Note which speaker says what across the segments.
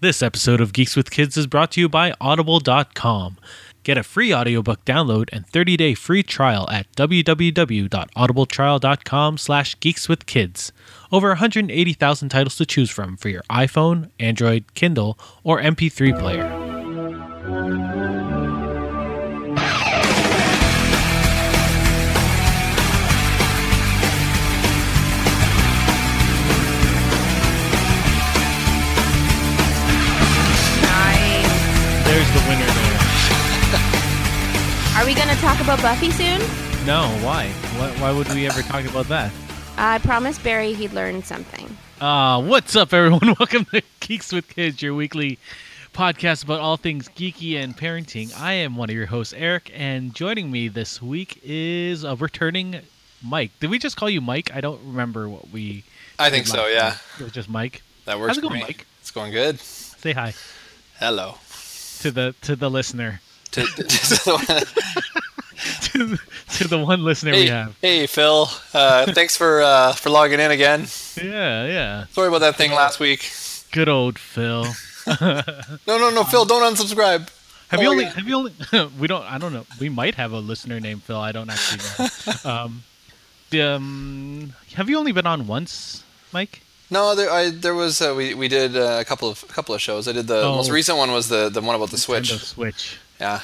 Speaker 1: This episode of Geeks with Kids is brought to you by Audible.com. Get a free audiobook download and 30-day free trial at www.audibletrial.com slash geekswithkids. Over 180,000 titles to choose from for your iPhone, Android, Kindle, or MP3 player.
Speaker 2: Nice.
Speaker 1: There's the winner there.
Speaker 2: Are we going to talk about Buffy soon?
Speaker 1: No, why? why? Why would we ever talk about that?
Speaker 2: I promised Barry he'd learn something.
Speaker 1: Uh, what's up, everyone? Welcome to Geeks with Kids, your weekly podcast about all things geeky and parenting. I am one of your hosts, Eric, and joining me this week is a returning Mike. Did we just call you Mike? I don't remember what we.
Speaker 3: I think
Speaker 1: did
Speaker 3: so.
Speaker 1: last
Speaker 3: Yeah,
Speaker 1: time. It was just Mike.
Speaker 3: that works
Speaker 1: How's it
Speaker 3: for
Speaker 1: going,
Speaker 3: me.
Speaker 1: Mike?
Speaker 3: It's going good.
Speaker 1: Say hi
Speaker 3: Hello.
Speaker 1: to the to the listener,
Speaker 3: To- to-
Speaker 1: to, the- to the one listener we
Speaker 3: hey,
Speaker 1: have.
Speaker 3: hey, Phil. Uh, thanks for uh, for logging in again.
Speaker 1: Yeah, yeah.
Speaker 3: Sorry about that thing last week.
Speaker 1: Good old Phil.
Speaker 3: No, no, no, Phil. Don't unsubscribe.
Speaker 1: Have
Speaker 3: Oh,
Speaker 1: you only?
Speaker 3: yeah.
Speaker 1: Have you only? we don't. I don't know. We might have a listener named Phil. I don't actually know. um, the, um, have you only been on once, Mike?
Speaker 3: No, there, I, there was uh, we, we did uh, a couple of a couple of shows. I did the
Speaker 1: Oh.
Speaker 3: most recent one was the the one about the Switch.
Speaker 1: Nintendo Switch.
Speaker 3: Yeah,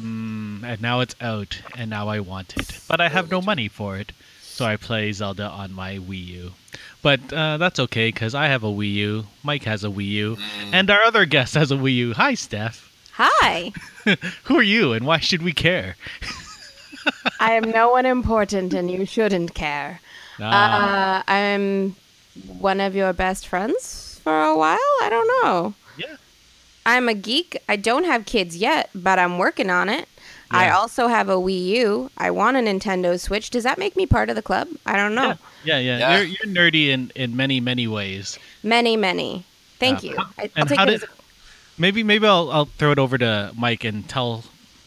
Speaker 1: Mm, and now it's out, and now I want it, but I have no money for it, so I play Zelda on my Wii U. But uh, that's okay because I have a Wii U. Mike has a Wii U,
Speaker 3: Mm.
Speaker 1: and our other guest has a Wii U. Hi, Steph.
Speaker 2: Hi.
Speaker 1: Who are you, and why should we care?
Speaker 2: I am no one important and you shouldn't care.
Speaker 1: Ah,
Speaker 2: Uh, I'm one of your best friends for a while. I don't know.
Speaker 1: yeah.
Speaker 2: I'm a geek. I don't have kids yet, but I'm working on it. I
Speaker 1: Yeah.
Speaker 2: also have a Wii U. I want a Nintendo Switch. Does that make me part of the club? I don't know.
Speaker 1: Yeah, yeah,
Speaker 3: Yeah.
Speaker 1: You're, you're nerdy in, in many, many ways.
Speaker 2: Many, many. Thank
Speaker 1: Yeah.
Speaker 2: you. I, I'll
Speaker 1: And
Speaker 2: take
Speaker 1: how
Speaker 2: it
Speaker 1: did-
Speaker 2: as a-
Speaker 1: Maybe, maybe I'll, I'll throw it over to Mike and tell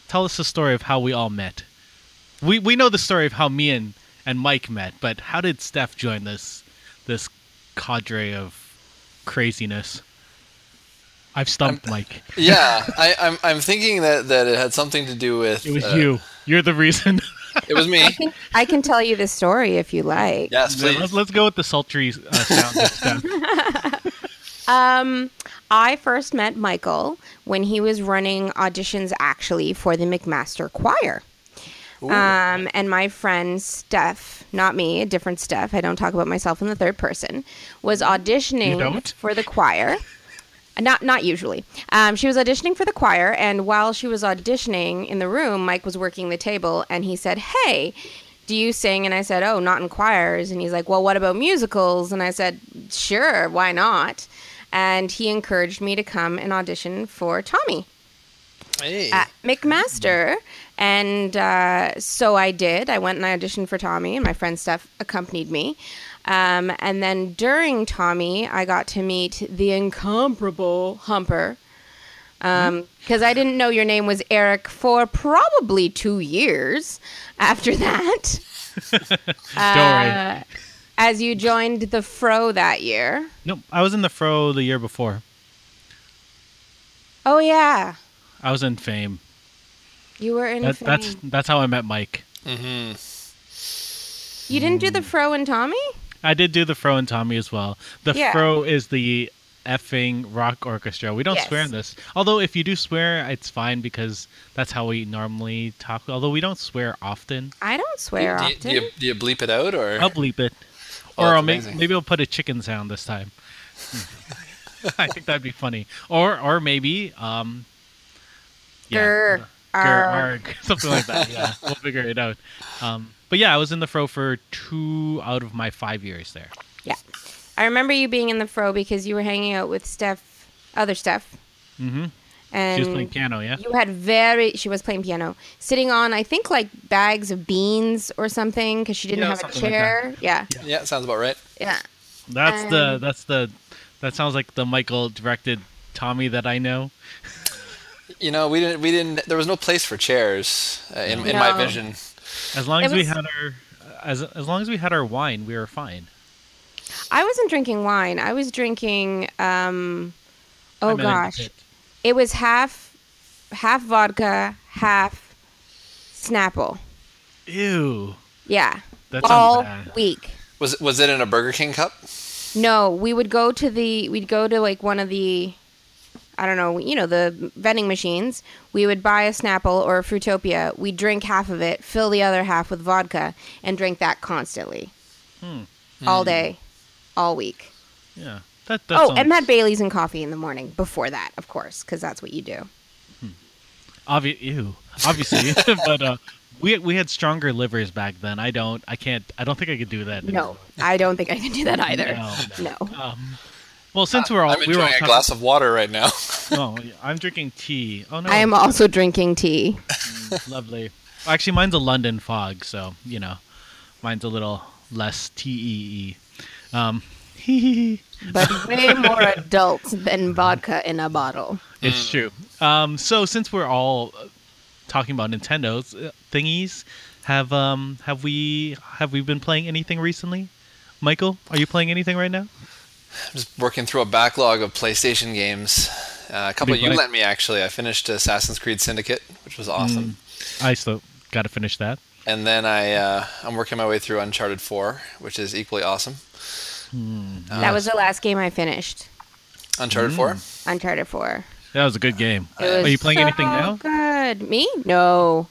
Speaker 1: tell us the story of how we all met. We we know the story of how me and, and Mike met, but how did Steph join this this cadre of craziness? I've stumped Mike.
Speaker 3: yeah. I, I'm I'm thinking that that it had something to do with.
Speaker 1: It was
Speaker 3: uh,
Speaker 1: you. You're the reason.
Speaker 3: It was me.
Speaker 2: I can tell you the story if you like.
Speaker 3: Yes,
Speaker 1: let's,
Speaker 3: please.
Speaker 1: let's go with the sultry uh, sound of Steph.
Speaker 2: Um, I first met Michael when he was running auditions actually for the McMaster Choir.
Speaker 3: Ooh.
Speaker 2: Um, and my friend Steph, not me, a different Steph, I don't talk about myself in the third person, was
Speaker 1: You
Speaker 2: auditioning
Speaker 1: don't?
Speaker 2: for the choir. Not not usually. Um, she was auditioning for the choir, and while she was auditioning in the room, Mike was working the table, and he said, "Hey, do you sing?" And I said, "Oh, not in choirs." And he's like, "Well, what about musicals?" And I said, "Sure, why not?" And he encouraged me to come and audition for Tommy
Speaker 3: Hey.
Speaker 2: at McMaster. And uh, so I did. I went and I auditioned for Tommy, and my friend Steph accompanied me. Um, and then during Tommy, I got to meet the incomparable Humper.
Speaker 1: Hmm?
Speaker 2: Because I didn't know your name was Eric for probably two years after that,
Speaker 1: Don't worry.
Speaker 2: Uh, as you joined the Fro that year.
Speaker 1: No, I was in the fro the year before.
Speaker 2: Oh, yeah.
Speaker 1: I was in Fame.
Speaker 2: You were in.
Speaker 1: That, that's
Speaker 2: Fame.
Speaker 1: that's how I met Mike.
Speaker 3: hmm
Speaker 2: You didn't do the
Speaker 1: Hmm.
Speaker 2: Fro and Tommy?
Speaker 1: I did do the Fro and Tommy as well. The
Speaker 2: Yeah.
Speaker 1: Fro is the effing rock orchestra. We don't
Speaker 2: Yes.
Speaker 1: swear in this. Although if you do swear, it's fine because that's how we normally talk. Although we don't swear often.
Speaker 2: I don't swear
Speaker 3: Do you,
Speaker 2: often.
Speaker 3: do you do you bleep it out or?
Speaker 1: I'll bleep it,
Speaker 3: Oh,
Speaker 1: or
Speaker 3: that's
Speaker 1: I'll make,
Speaker 3: amazing.
Speaker 1: maybe I'll put a chicken sound this time. I think that'd be funny. Or or maybe um.
Speaker 2: Grr,
Speaker 1: Gur-
Speaker 2: arg.
Speaker 1: arg, something like that. Yeah, we'll figure it out. Um, but yeah, I was in the fro for two out of my five years there.
Speaker 2: Yeah. I remember you being in the fro because you were hanging out with Steph, other Steph,
Speaker 1: Mm-hmm.
Speaker 2: and
Speaker 1: She was playing piano. Yeah.
Speaker 2: you had very. She was playing piano, sitting on I think like bags of beans or something because she didn't
Speaker 3: Yeah,
Speaker 2: have a
Speaker 3: something like
Speaker 2: chair. yeah.
Speaker 3: Yeah, sounds about right.
Speaker 2: yeah,
Speaker 1: That's the
Speaker 2: Um,
Speaker 1: that's the that sounds like the Michael directed Tommy that I know.
Speaker 3: You know, we didn't we didn't. There was no place for chairs uh, in in my
Speaker 2: No.
Speaker 3: vision.
Speaker 1: As long
Speaker 2: It
Speaker 1: as we
Speaker 2: was-
Speaker 1: had our as as long as we had our wine, we were fine.
Speaker 2: I wasn't drinking wine. I was drinking. um
Speaker 1: I
Speaker 2: Oh
Speaker 1: meant in the
Speaker 2: gosh.
Speaker 1: pit.
Speaker 2: It was half half vodka, half Snapple.
Speaker 1: Ew.
Speaker 2: Yeah.
Speaker 1: That sounds
Speaker 2: All
Speaker 1: bad.
Speaker 2: week.
Speaker 3: Was was it in a Burger King cup?
Speaker 2: No, we would go to the we'd go to like one of the I don't know, you know, the vending machines. We would buy a Snapple or a Fruitopia. We'd drink half of it, fill the other half with vodka, and drink that constantly.
Speaker 1: Hmm.
Speaker 2: All day, all week.
Speaker 1: Yeah. That, that
Speaker 2: oh,
Speaker 1: sounds
Speaker 2: and had Bailey's and coffee in the morning before that, of course, because that's what you do.
Speaker 1: obvi- ew. obviously, but uh, we we had stronger livers back then. I don't. I can't. I don't think I could do that.
Speaker 2: No, I don't think I can do that either.
Speaker 1: No,
Speaker 2: No.
Speaker 1: Um, well, since we're all
Speaker 3: I'm
Speaker 1: we
Speaker 3: enjoying
Speaker 1: were all
Speaker 3: a glass of water right now.
Speaker 1: No, I'm drinking tea. Oh no,
Speaker 2: I am also drinking tea.
Speaker 1: lovely. Actually, mine's a London fog, so you know, mine's a little less tee. Um,
Speaker 2: but way more adult than vodka in a bottle.
Speaker 1: It's true. Um, so since we're all uh, talking about Nintendo's uh, thingies, have um have we have we been playing anything recently? Michael, are you playing anything right now?
Speaker 3: just working through a backlog of PlayStation games. Uh, a couple
Speaker 1: Big
Speaker 3: you
Speaker 1: like-
Speaker 3: lent me actually. I finished Assassin's Creed Syndicate, which was awesome,
Speaker 1: I still got to finish that.
Speaker 3: and then I uh, I'm working my way through Uncharted 4, which is equally awesome.
Speaker 1: Mm-hmm.
Speaker 3: Uh,
Speaker 2: that was the last game I finished.
Speaker 3: Uncharted 4.
Speaker 1: Mm.
Speaker 2: Uncharted Four.
Speaker 1: That was a good game.
Speaker 2: It was
Speaker 1: are you playing
Speaker 2: so
Speaker 1: anything now?
Speaker 2: Good. Me? No.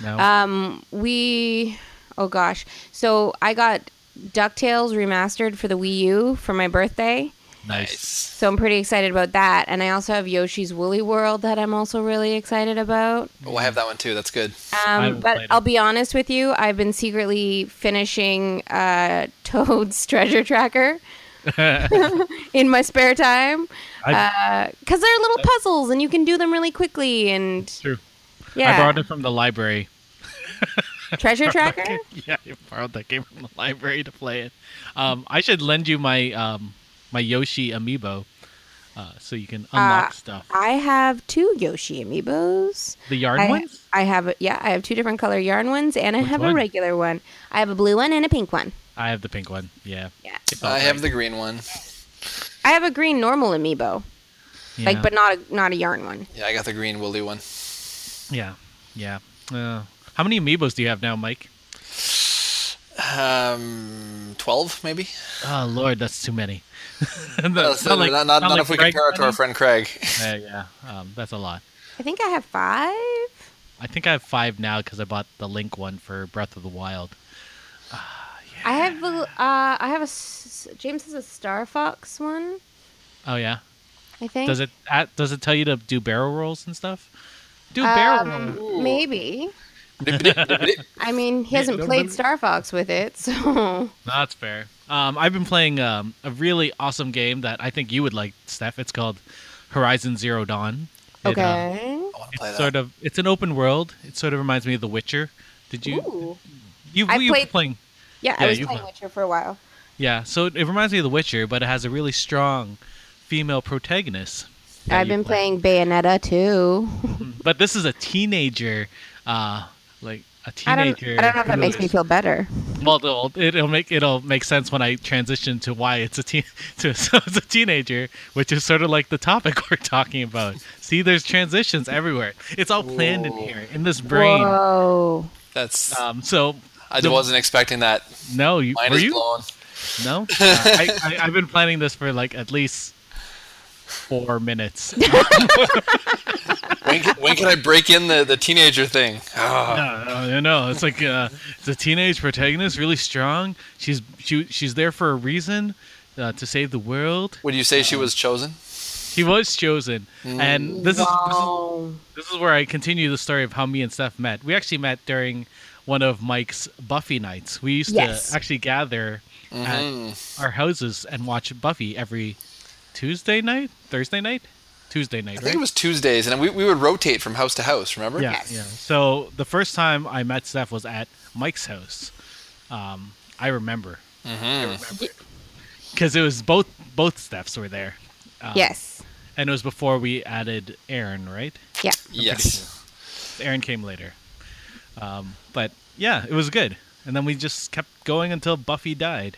Speaker 1: No.
Speaker 2: Um, we. Oh gosh. So I got Ducktales remastered for the Wii U for my birthday.
Speaker 1: nice.
Speaker 2: So I'm pretty excited about that. And I also have Yoshi's Woolly World that I'm also really excited about.
Speaker 3: Oh, I have that one too. That's good.
Speaker 2: Um,
Speaker 1: haven't
Speaker 2: but
Speaker 1: played it.
Speaker 2: I'll be honest with you, I've been secretly finishing uh, Toad's Treasure Tracker in my spare time
Speaker 1: I,
Speaker 2: because they're little puzzles and you can do them really quickly. And
Speaker 1: true. I
Speaker 2: yeah,
Speaker 1: borrowed it from the library.
Speaker 2: Treasure Tracker.
Speaker 1: yeah, I borrowed that game from the library to play it. Um, I should lend you my um, my Yoshi amiibo, uh, so you can unlock
Speaker 2: Uh,
Speaker 1: stuff.
Speaker 2: I have two Yoshi amiibos.
Speaker 1: The yarn
Speaker 2: I,
Speaker 1: ones.
Speaker 2: I have yeah, I have two different color yarn ones, and I
Speaker 1: Which
Speaker 2: have
Speaker 1: one?
Speaker 2: a regular one. I have a blue one and a pink one.
Speaker 1: I have the pink one. Yeah.
Speaker 2: Yeah,
Speaker 1: It's all
Speaker 3: I have
Speaker 1: right.
Speaker 3: the green one.
Speaker 2: I have a green normal amiibo,
Speaker 1: yeah.
Speaker 2: like but not a not a yarn one.
Speaker 3: Yeah, I got the green woolly one.
Speaker 1: yeah, yeah. Uh, how many amiibos do you have now, Mike?
Speaker 3: Um, 12 maybe.
Speaker 1: Oh Lord, that's too many. not,
Speaker 3: That's- not not, not if we compare it to our friend Craig.
Speaker 1: friend. Yeah, yeah. Um, that's a lot.
Speaker 2: I think I have five.
Speaker 1: I think I have five now because I bought the Link one for Breath of the Wild.
Speaker 2: I have the uh, I have a s- James has a Star Fox one.
Speaker 1: Oh yeah.
Speaker 2: I think
Speaker 1: Does it at, does it tell you to do barrel rolls and stuff? Do barrel
Speaker 2: Um,
Speaker 1: rolls.
Speaker 2: maybe. I mean, he hasn't
Speaker 1: don't
Speaker 2: played
Speaker 1: believe-
Speaker 2: Star Fox with it, so
Speaker 1: No, that's fair. Um, I've been playing um, a really awesome game that I think you would like, Steph. It's called Horizon Zero Dawn. It, uh,
Speaker 2: okay.
Speaker 3: I want to
Speaker 1: it's
Speaker 3: play that.
Speaker 1: sort of it's an open world. It sort of reminds me of The Witcher. Did you
Speaker 2: Ooh.
Speaker 1: you
Speaker 2: I
Speaker 1: you were
Speaker 2: played-
Speaker 1: playing?
Speaker 2: Yeah,
Speaker 1: Yeah,
Speaker 2: I was
Speaker 1: you-
Speaker 2: playing Witcher for a while.
Speaker 1: Yeah, so it, it reminds me of The Witcher, but it has a really strong female protagonist. that
Speaker 2: I've
Speaker 1: you
Speaker 2: been
Speaker 1: play.
Speaker 2: playing Bayonetta too.
Speaker 1: but this is a teenager, uh, like a
Speaker 2: I don't,
Speaker 1: teenager.
Speaker 2: I don't know if that makes
Speaker 1: who
Speaker 2: me
Speaker 1: is-
Speaker 2: feel better.
Speaker 1: Well, it'll, it'll make it'll make sense when I transition to why it's a teen to so it's a teenager, which is sort of like the topic we're talking about. See, there's transitions everywhere. It's all planned in
Speaker 3: Whoa.
Speaker 1: here in this brain.
Speaker 2: Whoa.
Speaker 3: That's
Speaker 1: Um, so
Speaker 3: I
Speaker 1: the-
Speaker 3: wasn't expecting that.
Speaker 1: no, you
Speaker 3: Mine
Speaker 1: were
Speaker 3: is
Speaker 1: you?
Speaker 3: blown.
Speaker 1: No, Uh, I, I, I've been planning this for like at least four minutes.
Speaker 3: When can, when can I break in the, the teenager thing? Ah.
Speaker 1: no, no, no, no. Uh, It's like uh, it's a teenage protagonist, really strong. She's she, she's there for a reason, uh, to save the world.
Speaker 3: Would you say she was chosen?
Speaker 1: He was chosen, and this is, this is
Speaker 2: wow.
Speaker 1: this is where I continue the story of how me and Steph met. We actually met during one of Mike's Buffy nights. We used
Speaker 2: Yes.
Speaker 1: to actually gather
Speaker 3: Mm-hmm.
Speaker 1: at our houses and watch Buffy every Tuesday night, Thursday night, Tuesday night,
Speaker 3: I
Speaker 1: right?
Speaker 3: think it was Tuesdays, and we, we would rotate from house to house. Remember?
Speaker 1: Yeah,
Speaker 2: Yes.
Speaker 1: yeah. So the first time I met Steph was at Mike's house. Um, I remember.
Speaker 3: Mm-hmm.
Speaker 1: Because it was both both Stephs were there,
Speaker 2: yes.
Speaker 1: and it was before we added Aaron, right?
Speaker 2: Yeah.
Speaker 3: Yes.
Speaker 1: Aaron came later. Um, but yeah, it was good. And then we just kept going until Buffy died,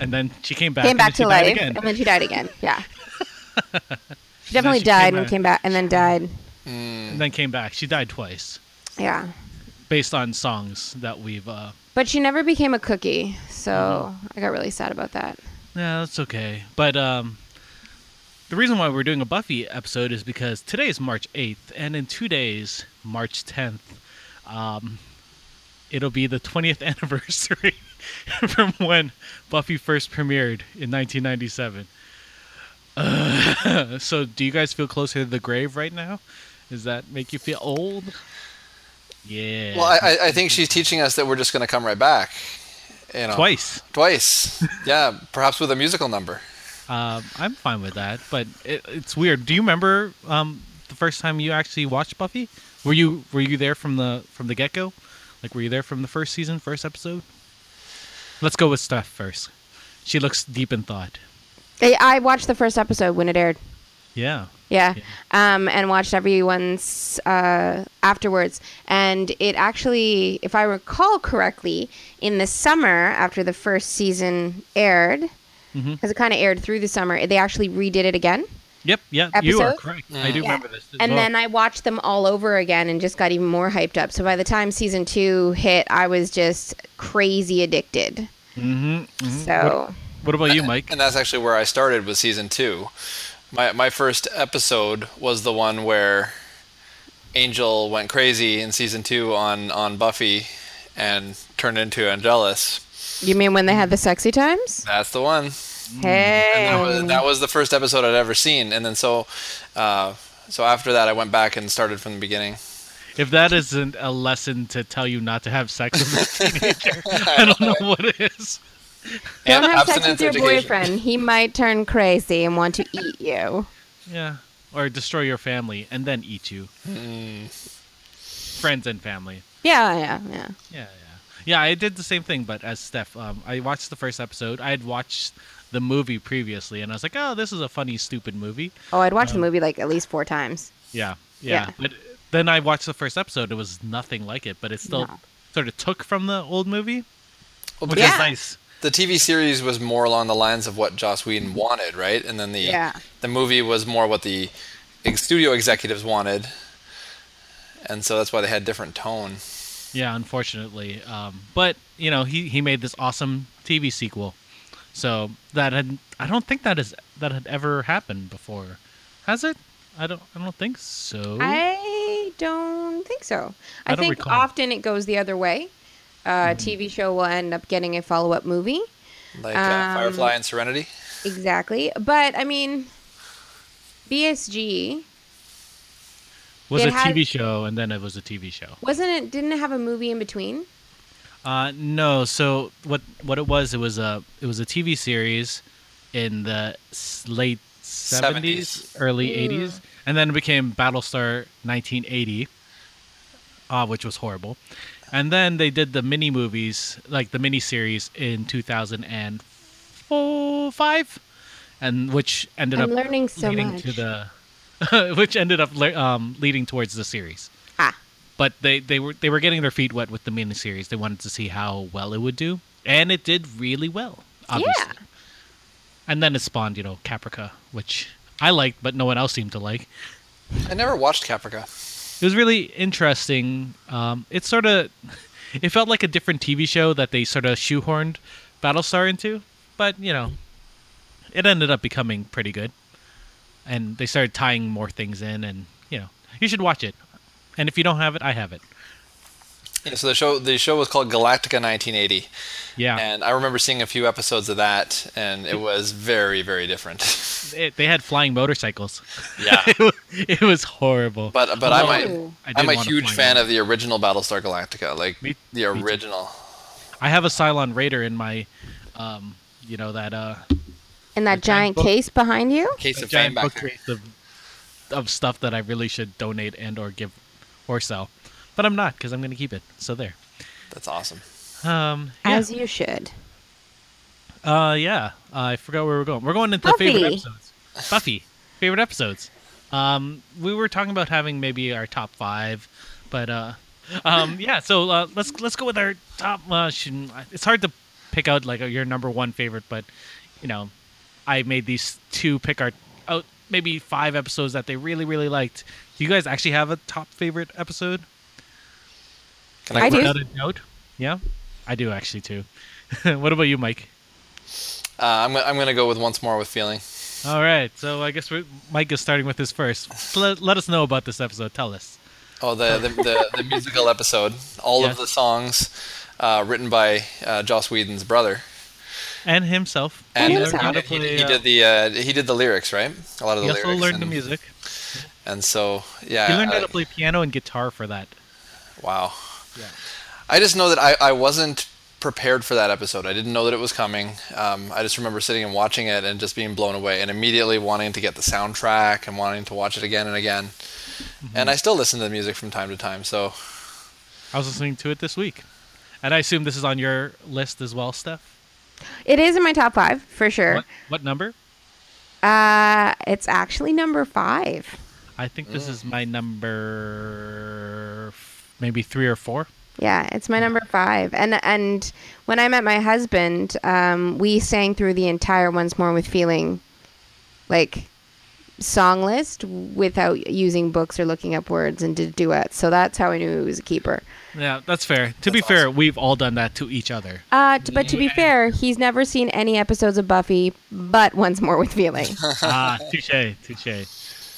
Speaker 1: and then she came back.
Speaker 2: Came
Speaker 1: and then
Speaker 2: back
Speaker 1: she
Speaker 2: to
Speaker 1: died
Speaker 2: life,
Speaker 1: again.
Speaker 2: and then she died again. Yeah. She definitely
Speaker 1: she
Speaker 2: died
Speaker 1: came
Speaker 2: and
Speaker 1: out-
Speaker 2: came back and then died. Mm.
Speaker 1: and then came back. She died twice
Speaker 2: Yeah.
Speaker 1: based on songs that we've. uh
Speaker 2: But she never became a cookie, so I got really sad about that.
Speaker 1: Yeah, that's okay. But um, the reason why we're doing a Buffy episode is because today is March 8th, and in two days, March 10th, um, it'll be the 20th anniversary from when Buffy first premiered in 1997. Uh, so, do you guys feel closer to the grave right now? Does that make you feel old? Yeah.
Speaker 3: Well, I, I- I think she's teaching us that we're just going to come right back. You know,
Speaker 1: Twice.
Speaker 3: Twice. yeah, perhaps with a musical number.
Speaker 1: Um, I'm fine with that, but it, it's weird. Do you remember um, the first time you actually watched Buffy? Were you were you there from the from the get go? Like, were you there from the first season, first episode? Let's go with Steph first. She looks deep in thought.
Speaker 2: I, I watched the first episode when it aired.
Speaker 1: Yeah.
Speaker 2: Yeah. Um, and watched everyone's uh, afterwards. And it actually, if I recall correctly, in the summer after the first season aired, because it kind of aired through the summer, they actually redid it again.
Speaker 1: Yep. Yeah. You are
Speaker 2: Episode?
Speaker 1: correct. I do remember this. as
Speaker 2: And
Speaker 1: well.
Speaker 2: then I watched them all over again and just got even more hyped up. So by the time season two hit, I was just crazy addicted. Mm-hmm, So,
Speaker 1: What about you, Mike?
Speaker 3: And that's actually where I started with season two. My, my first episode was the one where Angel went crazy in season two on, on Buffy and turned into Angelus.
Speaker 2: you mean when they had the sexy times?
Speaker 3: That's the one.
Speaker 2: Mm-hmm. Hey.
Speaker 3: that was, that was the first episode I'd ever seen, and then so, uh, so after that, I went back and started from the beginning.
Speaker 1: If that isn't a lesson to tell you not to have sex with a teenager, I don't know what is.
Speaker 2: Don't
Speaker 3: And
Speaker 2: have sex with
Speaker 3: abstinence
Speaker 2: your
Speaker 3: education.
Speaker 2: boyfriend. He might turn crazy and want to eat you.
Speaker 1: Yeah. Or destroy your family and then eat you. Friends and family.
Speaker 2: Yeah, yeah, yeah.
Speaker 1: Yeah, yeah. Yeah, I did the same thing, but as Steph, um, I watched the first episode. I had watched the movie previously, and I was like, oh, this is a funny, stupid movie.
Speaker 2: Oh, I'd
Speaker 1: Um,
Speaker 2: watched the movie like at least four times.
Speaker 1: Yeah, yeah.
Speaker 2: Yeah.
Speaker 1: But then I watched the first episode. It was nothing like it, but it still
Speaker 2: No.
Speaker 1: sort of took from the old movie,
Speaker 3: Well,
Speaker 1: which
Speaker 2: Yeah.
Speaker 1: is nice.
Speaker 3: The TV series was more along the lines of what Joss Whedon wanted, right? And then the
Speaker 2: Mm-hmm. Yeah.
Speaker 3: the movie was more what the ex- studio executives wanted, and so that's why they had different tone.
Speaker 1: Yeah, unfortunately. Um, but you know, he he made this awesome TV sequel. So that had I don't think that is that had ever happened before, has it? I don't I don't think so.
Speaker 2: I don't think so. I,
Speaker 1: I don't
Speaker 2: think
Speaker 1: recall. Hmm.
Speaker 2: often it goes the other way. Uh, A TV show will end up getting a follow up movie.
Speaker 3: Like uh,
Speaker 2: Um,
Speaker 3: Firefly and Serenity.
Speaker 2: Exactly. But, I mean, BSG,
Speaker 1: was
Speaker 2: it
Speaker 1: a
Speaker 2: had-
Speaker 1: TV show and then it was a TV show.
Speaker 2: wasn't it, didn't it have a movie in between?
Speaker 1: Uh, no, so what what it was it was a it was a TV series in the s- late 70s, early 80s and then it became Battlestar 1980 uh, which was horrible. And then they did the mini movies, like the mini series in 2005 and which ended
Speaker 2: I'm
Speaker 1: up
Speaker 2: learning so
Speaker 1: leading
Speaker 2: much.
Speaker 1: to the which ended up le- um, leading towards the series
Speaker 2: Ah,
Speaker 1: but they, they were they were getting their feet wet with the miniseries. They wanted to see how well it would do, and it did really well. Obviously.
Speaker 2: Yeah.
Speaker 1: And then it spawned, you know, Caprica, which I liked, but no one else seemed to like.
Speaker 3: I never watched Caprica.
Speaker 1: It was really interesting. Um, it sort of it felt like a different TV show that they sort of shoehorned Battlestar into, but you know, it ended up becoming pretty good. And they started tying more things in, and you know, you should watch it. And if you don't have it, I have it.
Speaker 3: Yeah, so the show the show was called Galactica 1980,
Speaker 1: Yeah.
Speaker 3: and I remember seeing a few episodes of that, and it was very very different.
Speaker 1: it, they had flying motorcycles.
Speaker 3: yeah.
Speaker 1: it, was, it was horrible.
Speaker 3: But but
Speaker 1: Although,
Speaker 2: Ooh.
Speaker 3: I'm
Speaker 1: I
Speaker 3: a,
Speaker 1: did
Speaker 3: I'm a
Speaker 1: wanna
Speaker 3: huge
Speaker 1: find
Speaker 3: fan
Speaker 1: out.
Speaker 3: of the original Battlestar Galactica, like
Speaker 1: Me-
Speaker 3: the original.
Speaker 1: I have a Cylon Raider in my, um, you know that uh
Speaker 2: in that giant
Speaker 1: book.
Speaker 2: case behind you?
Speaker 3: Case
Speaker 1: that
Speaker 3: of
Speaker 1: giant
Speaker 3: fame back there.
Speaker 1: bookcase of, of stuff that I really should donate and or give or sell, but I'm not because I'm gonna keep it. So there.
Speaker 3: That's awesome.
Speaker 1: Um, yeah.
Speaker 2: As you should.
Speaker 1: uh, yeah. I forgot where we're going. We're going into favorite
Speaker 2: Buffy.
Speaker 1: episodes. Buffy, favorite episodes. Um, we were talking about having maybe our top five, but uh, um, yeah. So uh, let's let's go with our top. Uh, shouldn't- it's hard to pick out like your number one favorite, but you know, I made these two pick our out maybe five episodes that they really really liked. Do you guys actually have a top favorite episode?
Speaker 3: Can I,
Speaker 2: I do.
Speaker 1: Without a doubt. Yeah, I do actually too. what about you, Mike?
Speaker 3: Uh, I'm, I'm going to go with once more with feeling.
Speaker 1: All right, so I guess we Mike is starting with his first. So Let, let us know about this episode. Tell us.
Speaker 3: Oh, the the, the, the musical episode. All
Speaker 1: Yes.
Speaker 3: of the songs uh, whitten by uh, Joss Whedon's brother.
Speaker 1: And himself.
Speaker 3: And
Speaker 1: He
Speaker 3: he,
Speaker 1: learned how to
Speaker 3: did, he did-
Speaker 1: play,
Speaker 3: he
Speaker 1: Oh, uh,
Speaker 3: did the uh, he did the lyrics, right? A lot of the
Speaker 1: he
Speaker 3: lyrics.
Speaker 1: also learned the
Speaker 3: and- uh,
Speaker 1: music.
Speaker 3: And so, yeah.
Speaker 1: He learned
Speaker 3: I-
Speaker 1: how to play piano and guitar for that.
Speaker 3: Wow.
Speaker 1: Yeah.
Speaker 3: I just know that I, I wasn't prepared for that episode. I didn't know that it was coming. Um, I just remember sitting and watching it and just being blown away and immediately wanting to get the soundtrack and wanting to watch it again and again.
Speaker 1: Mm-hmm.
Speaker 3: And I still listen to the music from time to time. So,
Speaker 1: I was listening to it this week, and I assume this is on your list as well, Steph.
Speaker 2: It is in my top five for sure.
Speaker 1: What, what number?
Speaker 2: Uh, it's actually number five.
Speaker 1: I think this
Speaker 3: Mm.
Speaker 1: is my number, f- maybe three or four.
Speaker 2: Yeah, it's my number five. And and when I met my husband, um, we sang through the entire once more with feeling, like song list without using books or looking up words and did duets. So that's how I knew it was a keeper.
Speaker 1: Yeah, that's fair. To be fair, we've all done that to each other.
Speaker 2: Uh, t- but to be
Speaker 1: Yeah.
Speaker 2: fair, he's never seen any episodes of Buffy, but once more with feeling.
Speaker 1: ah, touche, touche.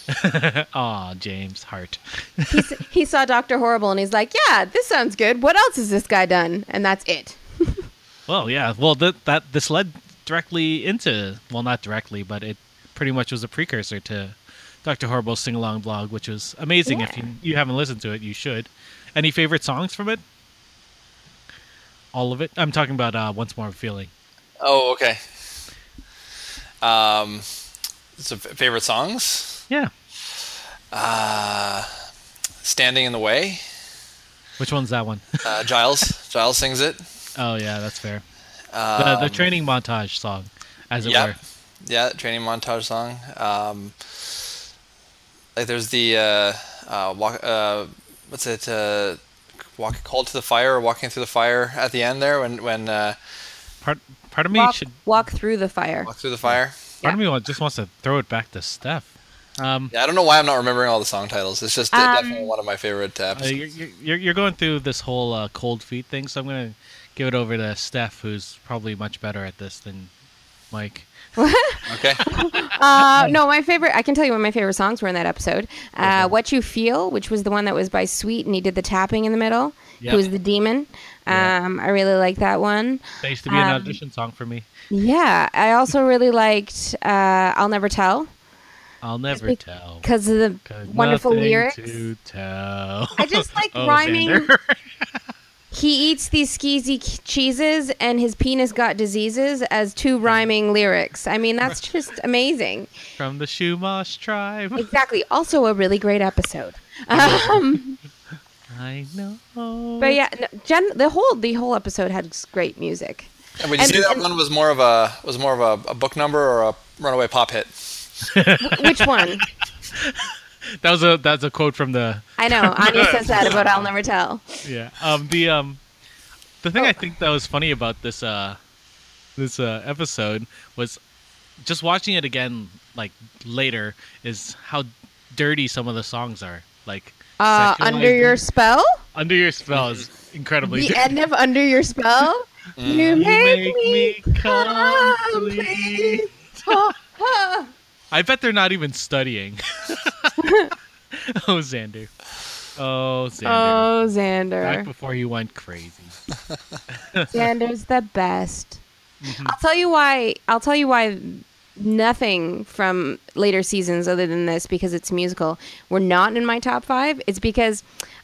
Speaker 1: Aw, James Hart.
Speaker 2: he, s- he saw Doctor Horrible and he's like, "Yeah, this sounds good. What else has this guy done?" And that's it.
Speaker 1: Well, yeah. Well, that that this led directly into well, not directly, but it pretty much was a precursor to Dr. Horrible's sing along blog, which was amazing. If you you haven't listened to it, you should. Any favorite songs from it? All of it. I'm talking about uh, once more feeling.
Speaker 3: oh, okay. Um, so f- favorite songs?
Speaker 1: Yeah.
Speaker 3: Standing in the Way.
Speaker 1: Which one's that one?
Speaker 3: Uh, Giles. Giles sings it.
Speaker 1: oh yeah, that's fair. The, the training montage song, as it
Speaker 3: yeah.
Speaker 1: were.
Speaker 3: Yeah, training montage song. Um, like there's the uh, uh, walk. Uh, what's it? Uh, walk called to the fire or walking through the fire at the end there when when uh,
Speaker 1: Part part of me
Speaker 2: Walk,
Speaker 1: should
Speaker 2: walk through the fire.
Speaker 3: walk through the fire.
Speaker 1: part of me wa- just wants to throw it back to Steph. Um,
Speaker 3: Yeah, I don't know why I'm not remembering all the song titles. It's just uh,
Speaker 2: Um,
Speaker 3: definitely one of my favorite uh,
Speaker 1: Uh,
Speaker 3: episodes.
Speaker 1: you're, you're- you're, you're going through this whole uh, cold feet thing, so I'm going to give it over to Steph, who's probably much better at this than Mike.
Speaker 3: Okay.
Speaker 2: Uh, no, my favorite. I can tell you what my favorite songs were in that episode. Uh, What you feel, which was the one that was by Sweet, and he did the tapping in the middle.
Speaker 1: Yeah.
Speaker 2: Who was the demon?
Speaker 1: Yeah.
Speaker 2: Um, I really like that one.
Speaker 1: That used to be an
Speaker 2: Um,
Speaker 1: audition song for me.
Speaker 2: Yeah, I also really liked uh, "I'll Never Tell"
Speaker 1: I'll never
Speaker 2: be-
Speaker 1: tell.
Speaker 2: because of the
Speaker 1: 'cause
Speaker 2: wonderful
Speaker 1: nothing
Speaker 2: lyrics.
Speaker 1: To tell.
Speaker 2: I just like
Speaker 1: Oh,
Speaker 2: rhyming.
Speaker 1: Xander.
Speaker 2: He eats these skeezy k- cheeses and his penis got diseases as two rhyming lyrics. I mean, that's just amazing.
Speaker 1: From the Shumash tribe.
Speaker 2: Exactly. Also, a really great episode. Um,
Speaker 1: I know.
Speaker 2: but yeah, no, gen- the whole the whole episode had s- great music.
Speaker 3: And would you
Speaker 2: And-
Speaker 3: say that
Speaker 2: and-
Speaker 3: one was more of a was more of a, a book number or a runaway pop hit?
Speaker 2: Which one?
Speaker 1: That was a that's a quote from the
Speaker 2: I know Anya says that about "I'll Never Tell."
Speaker 1: yeah. Um the um the
Speaker 2: Oh.
Speaker 1: thing I think that was funny about this uh this uh episode was just watching it again like later is how dirty some of the songs are. Like
Speaker 2: Uh, under
Speaker 1: sexualizing-
Speaker 2: your spell,
Speaker 1: under your spell is incredibly
Speaker 2: the
Speaker 1: dirty.
Speaker 2: end of "Under Your Spell." Mm. You
Speaker 1: You
Speaker 2: make, me.
Speaker 1: complete.
Speaker 2: Ha, ha.
Speaker 1: I bet they're not even studying. oh Xander. Oh Xander.
Speaker 2: Oh,
Speaker 1: Back
Speaker 2: Xander.
Speaker 1: before he went crazy.
Speaker 2: Xander's the best.
Speaker 1: Mm-hmm.
Speaker 2: I'll tell you why. I'll tell you why. Nothing from later seasons other than this because it's musical. We're not in my top five. It's because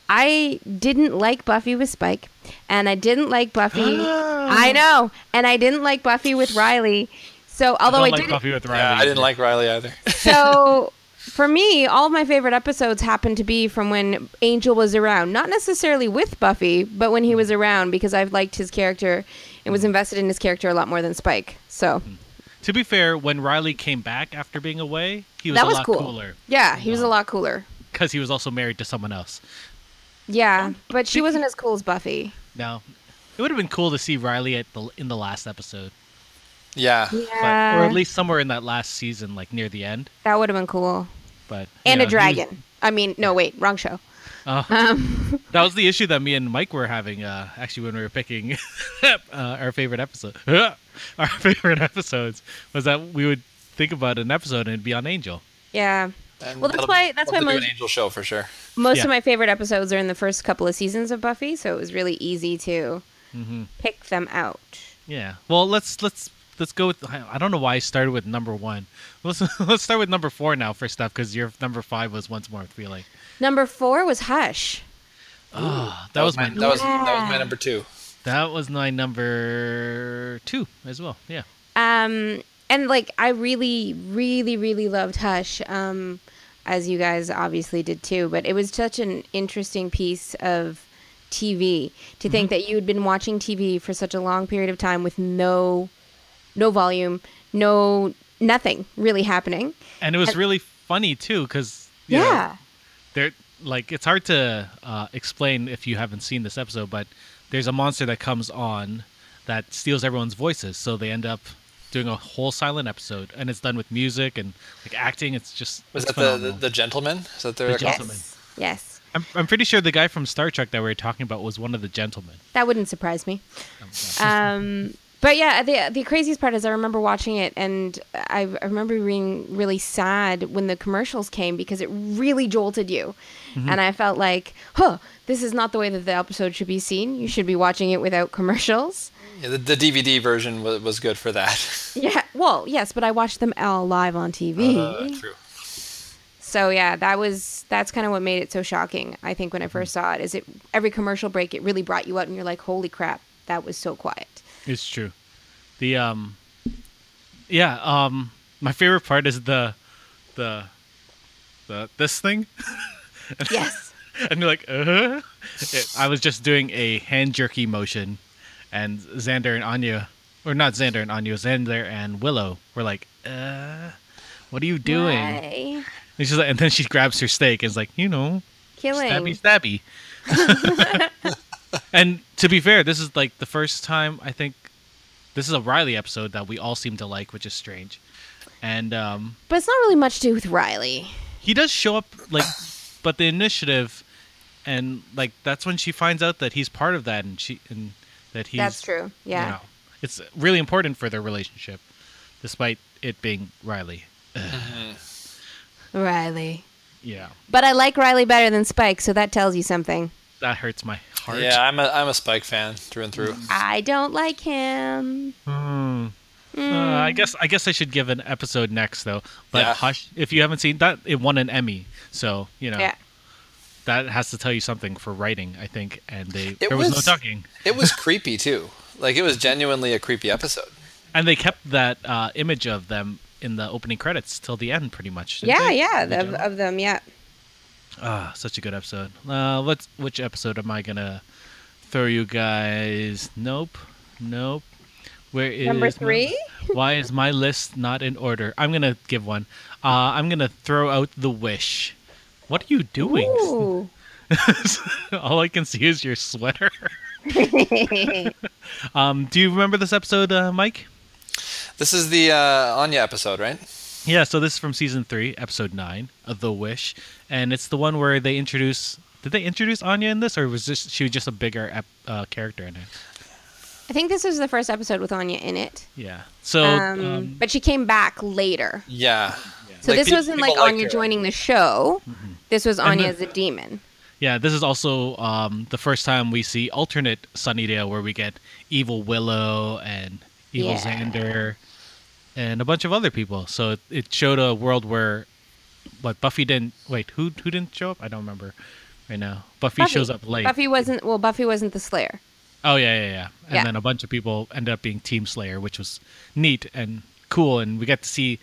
Speaker 2: I didn't like Buffy with Spike, and I didn't like Buffy. I know, and I didn't like Buffy with Riley. So although I,
Speaker 1: I don't like
Speaker 2: didn't,
Speaker 1: coffee with Riley.
Speaker 3: Yeah, I
Speaker 1: either.
Speaker 3: didn't like Riley either.
Speaker 2: so for me, all of my favorite episodes happened to be from when Angel was around. Not necessarily with Buffy, but when he was around because I've liked his character and
Speaker 1: Mm.
Speaker 2: was invested in his character a lot more than Spike. So
Speaker 1: To be fair, when Riley came back after being away, he was
Speaker 2: that
Speaker 1: a
Speaker 2: was
Speaker 1: lot
Speaker 2: cool.
Speaker 1: cooler
Speaker 2: Yeah, he was a lot cooler.
Speaker 1: because he was also married to someone else.
Speaker 2: Yeah, but she wasn't as cool as Buffy.
Speaker 1: Now, it would have been cool to see Riley at the in the last episode.
Speaker 3: Yeah.
Speaker 1: but- or
Speaker 2: Uh,
Speaker 1: at least somewhere in that last season, like near the end.
Speaker 2: that would have been cool.
Speaker 1: But you
Speaker 2: And
Speaker 1: know,
Speaker 2: a
Speaker 1: he-
Speaker 2: dragon. Um, I mean, no, wait, wrong show.
Speaker 1: Oh. that was the issue that me and Mike were having uh, actually when we were picking uh, our favorite episode. our favorite episodes was that we would think about an episode and it'd be on Angel.
Speaker 2: Yeah.
Speaker 3: And
Speaker 2: Well, that's
Speaker 3: that'll-
Speaker 2: why- that's
Speaker 3: love
Speaker 2: why
Speaker 3: to do
Speaker 2: most-
Speaker 3: an angel show for sure.
Speaker 2: Most
Speaker 1: Yeah.
Speaker 2: of my favorite episodes are in the first couple of seasons of Buffy, so it was really easy to
Speaker 1: Mm-hmm.
Speaker 2: pick them out.
Speaker 1: Yeah. Well, let's let's let's go with. I I don't know why I started with number one. Let's let's start with number four now for stuff because your number five was once more feeling.
Speaker 2: Number four was Hush.
Speaker 1: Ah, that, was my
Speaker 3: that was that was
Speaker 2: Yeah.
Speaker 3: my number two.
Speaker 1: that was my number two as well. Yeah.
Speaker 2: Um, and like I really, really, really loved Hush, um, as you guys obviously did too. But it was such an interesting piece of TV to think that you had been watching TV for such a long period of time with no, no volume, no nothing really happening.
Speaker 1: and it was really funny too because yeah
Speaker 2: Yeah.
Speaker 1: they're like it's hard to uh, explain if you haven't seen this episode but there's a monster that comes on that steals everyone's voices so they end up doing a whole silent episode and it's done with music and like acting it's just
Speaker 3: Was
Speaker 1: it's
Speaker 3: that the, the
Speaker 1: phenomenal.
Speaker 3: the gentleman? Is that their
Speaker 1: The Gentlemen.
Speaker 2: Yes. Yes.
Speaker 1: I'm, I'm pretty sure the guy from star trek that we were talking about was one of the gentlemen
Speaker 2: That wouldn't surprise me. um, but yeah, the the craziest part is I remember watching it and I, I remember being really sad when the commercials came because it really jolted you, and I felt like, huh, this is not the way that the episode should be seen. You should be watching it without commercials.
Speaker 3: Yeah, the, the DVD version was, was good for that.
Speaker 2: Yeah, well, yes, but I watched them all live on TV.
Speaker 3: Uh, true.
Speaker 2: So yeah, that was that's kind of what made it so shocking. I think when I first saw it, is it every commercial break it really brought you out and you're like, holy crap, that was so quiet.
Speaker 1: It's true. The um yeah, um my favorite part is the the the this thing.
Speaker 2: Yes.
Speaker 1: and you're like, uh I was just doing a hand jerky motion and Xander and Anya or not Xander and Anya, Xander and Willow were like, uh what are you doing?
Speaker 2: Why?
Speaker 1: And she's like, and then she grabs her steak and is like, you know,
Speaker 2: Killing.
Speaker 1: Stabby, stabby. and to be fair, this is like the first time I think this is a Riley episode that we all seem to like, which is strange. And um,
Speaker 2: But it's not really much to do with Riley.
Speaker 1: he does show up like, but the initiative, and like that's when she finds out that he's part of that, and she and that he's
Speaker 2: That's true. Yeah.
Speaker 1: you know, it's really important for their relationship, despite it being Riley.
Speaker 2: Riley.
Speaker 1: Yeah,
Speaker 2: But I like Riley better than Spike, so that tells you something.
Speaker 1: that hurts my heart.
Speaker 3: Yeah, I'm a I'm a Spike fan through and through.
Speaker 2: I don't like him.
Speaker 1: Uh,
Speaker 2: Hmm.
Speaker 1: I guess I guess I should give an episode next though. But
Speaker 3: Yeah.
Speaker 1: Hush, if you haven't seen that, it won an Emmy, so you know
Speaker 2: Yeah.
Speaker 1: that has to tell you something for writing, I think. And they
Speaker 3: It
Speaker 1: there was,
Speaker 3: was-
Speaker 1: no ducking,
Speaker 3: It was creepy too. Like it was genuinely a creepy episode.
Speaker 1: and they kept that uh, image of them in the opening credits till the end, pretty much. didn't
Speaker 2: Yeah,
Speaker 1: they?
Speaker 2: yeah,
Speaker 1: They
Speaker 2: of,
Speaker 1: did.
Speaker 2: of them, yeah.
Speaker 1: Ah, such a good episode. Uh, what's which episode am I gonna throw you guys? Nope, nope. Where is
Speaker 2: Number
Speaker 1: my-
Speaker 2: three?
Speaker 1: why is my list not in order? I'm gonna give one. Uh, I'm gonna throw out the wish. What are you doing?
Speaker 2: Ooh.
Speaker 1: All I can see is your sweater. um, do you remember this episode, uh, Mike?
Speaker 3: This is the uh, Anya episode, right?
Speaker 1: Yeah, so this is from season three, episode nine of The Wish, and it's the one where they introduce. Did they introduce Anya in this, or was this she was just a bigger ep, uh, character in it?
Speaker 2: I think this was the first episode with Anya in it.
Speaker 1: Yeah. So
Speaker 2: Um,
Speaker 1: um,
Speaker 2: but she came back later.
Speaker 3: Yeah.
Speaker 2: So
Speaker 3: Like,
Speaker 2: this
Speaker 3: pe-
Speaker 2: wasn't
Speaker 3: people
Speaker 2: like
Speaker 3: liked
Speaker 2: Anya
Speaker 3: her.
Speaker 2: joining the show. This was Anya
Speaker 1: Mm-hmm. the-
Speaker 2: as a demon.
Speaker 1: yeah, this is also um, the first time we see alternate Sunnydale, where we get evil Willow and evil
Speaker 2: Yeah.
Speaker 1: Xander, and a bunch of other people. So it, it showed a world where, what Buffy didn't wait who who didn't show up? I don't remember right now. Buffy, shows up late.
Speaker 2: Buffy wasn't well. Buffy wasn't the Slayer.
Speaker 1: Oh yeah, yeah, yeah. And
Speaker 2: Yeah.
Speaker 1: then a bunch of people ended up being Team Slayer, which was neat and cool, and we got to see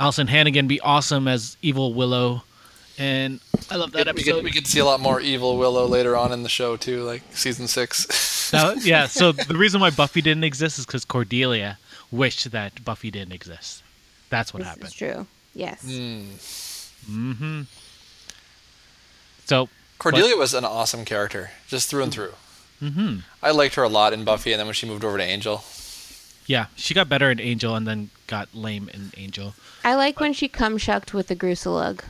Speaker 1: Allison Hannigan be awesome as Evil Willow, and I love that
Speaker 3: we,
Speaker 1: episode.
Speaker 3: could, we could see a lot more evil Willow later on in the show too, like season six.
Speaker 1: That- yeah. So the reason why Buffy didn't exist is because Cordelia wished that Buffy didn't exist. That's what
Speaker 2: This
Speaker 1: happened. Mm.
Speaker 2: is true. Yes.
Speaker 1: So
Speaker 3: Cordelia was an awesome character, just through and through. Mm-hmm. I liked her a lot in Buffy, and then when she moved over to Angel,
Speaker 1: Yeah, she got better in Angel and then got lame in Angel.
Speaker 2: I like when she cum shucked with the Gruselug.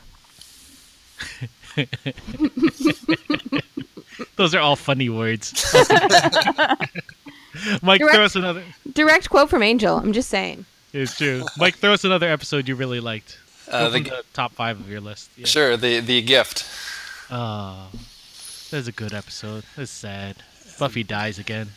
Speaker 1: Those are all funny words. Mike,
Speaker 2: Direct-
Speaker 1: throw us another.
Speaker 2: Direct quote from Angel. I'm just saying.
Speaker 1: It's true. Mike, throw us another episode you really liked.
Speaker 3: Uh,
Speaker 1: Go
Speaker 3: the
Speaker 1: Oh, from
Speaker 3: g-
Speaker 1: the top five of your list. Yeah.
Speaker 3: Sure, the the gift.
Speaker 1: Oh, that's a good episode. That's sad. Buffy dies again.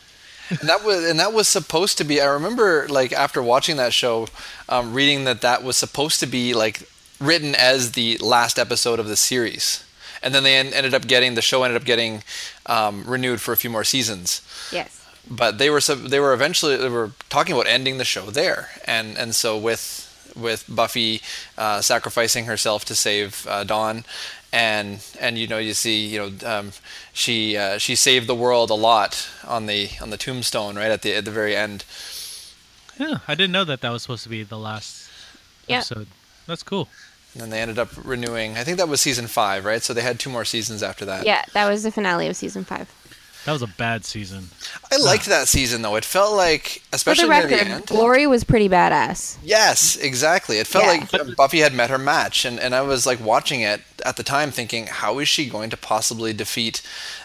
Speaker 3: And that was and that was supposed to be. I remember like after watching that show, um, reading that that was supposed to be like written as the last episode of the series, and then they en- ended up getting the show ended up getting um, renewed for a few more seasons.
Speaker 2: Yes.
Speaker 3: But they were sub- they were eventually they were talking about ending the show there, and and so with with Buffy uh, sacrificing herself to save uh, Dawn. And and you know you see you know um, she uh, she saved the world a lot on the on the tombstone right at the at the very end
Speaker 1: Yeah, I didn't know that that was supposed to be the last
Speaker 2: Yeah.
Speaker 1: episode. That's cool.
Speaker 3: And then they ended up renewing. I think that was season five, right? So they had two more seasons after that.
Speaker 2: Yeah, that was the finale of season five.
Speaker 1: That was a bad season.
Speaker 3: I liked that season though. It felt like,
Speaker 2: For
Speaker 3: especially
Speaker 2: the
Speaker 3: near the
Speaker 2: record,
Speaker 3: end.
Speaker 2: Glory was pretty badass.
Speaker 3: Yes, exactly. It felt
Speaker 2: Yeah.
Speaker 3: like Buffy had met her match, and, and I was like watching it at the time, thinking, how is she going to possibly defeat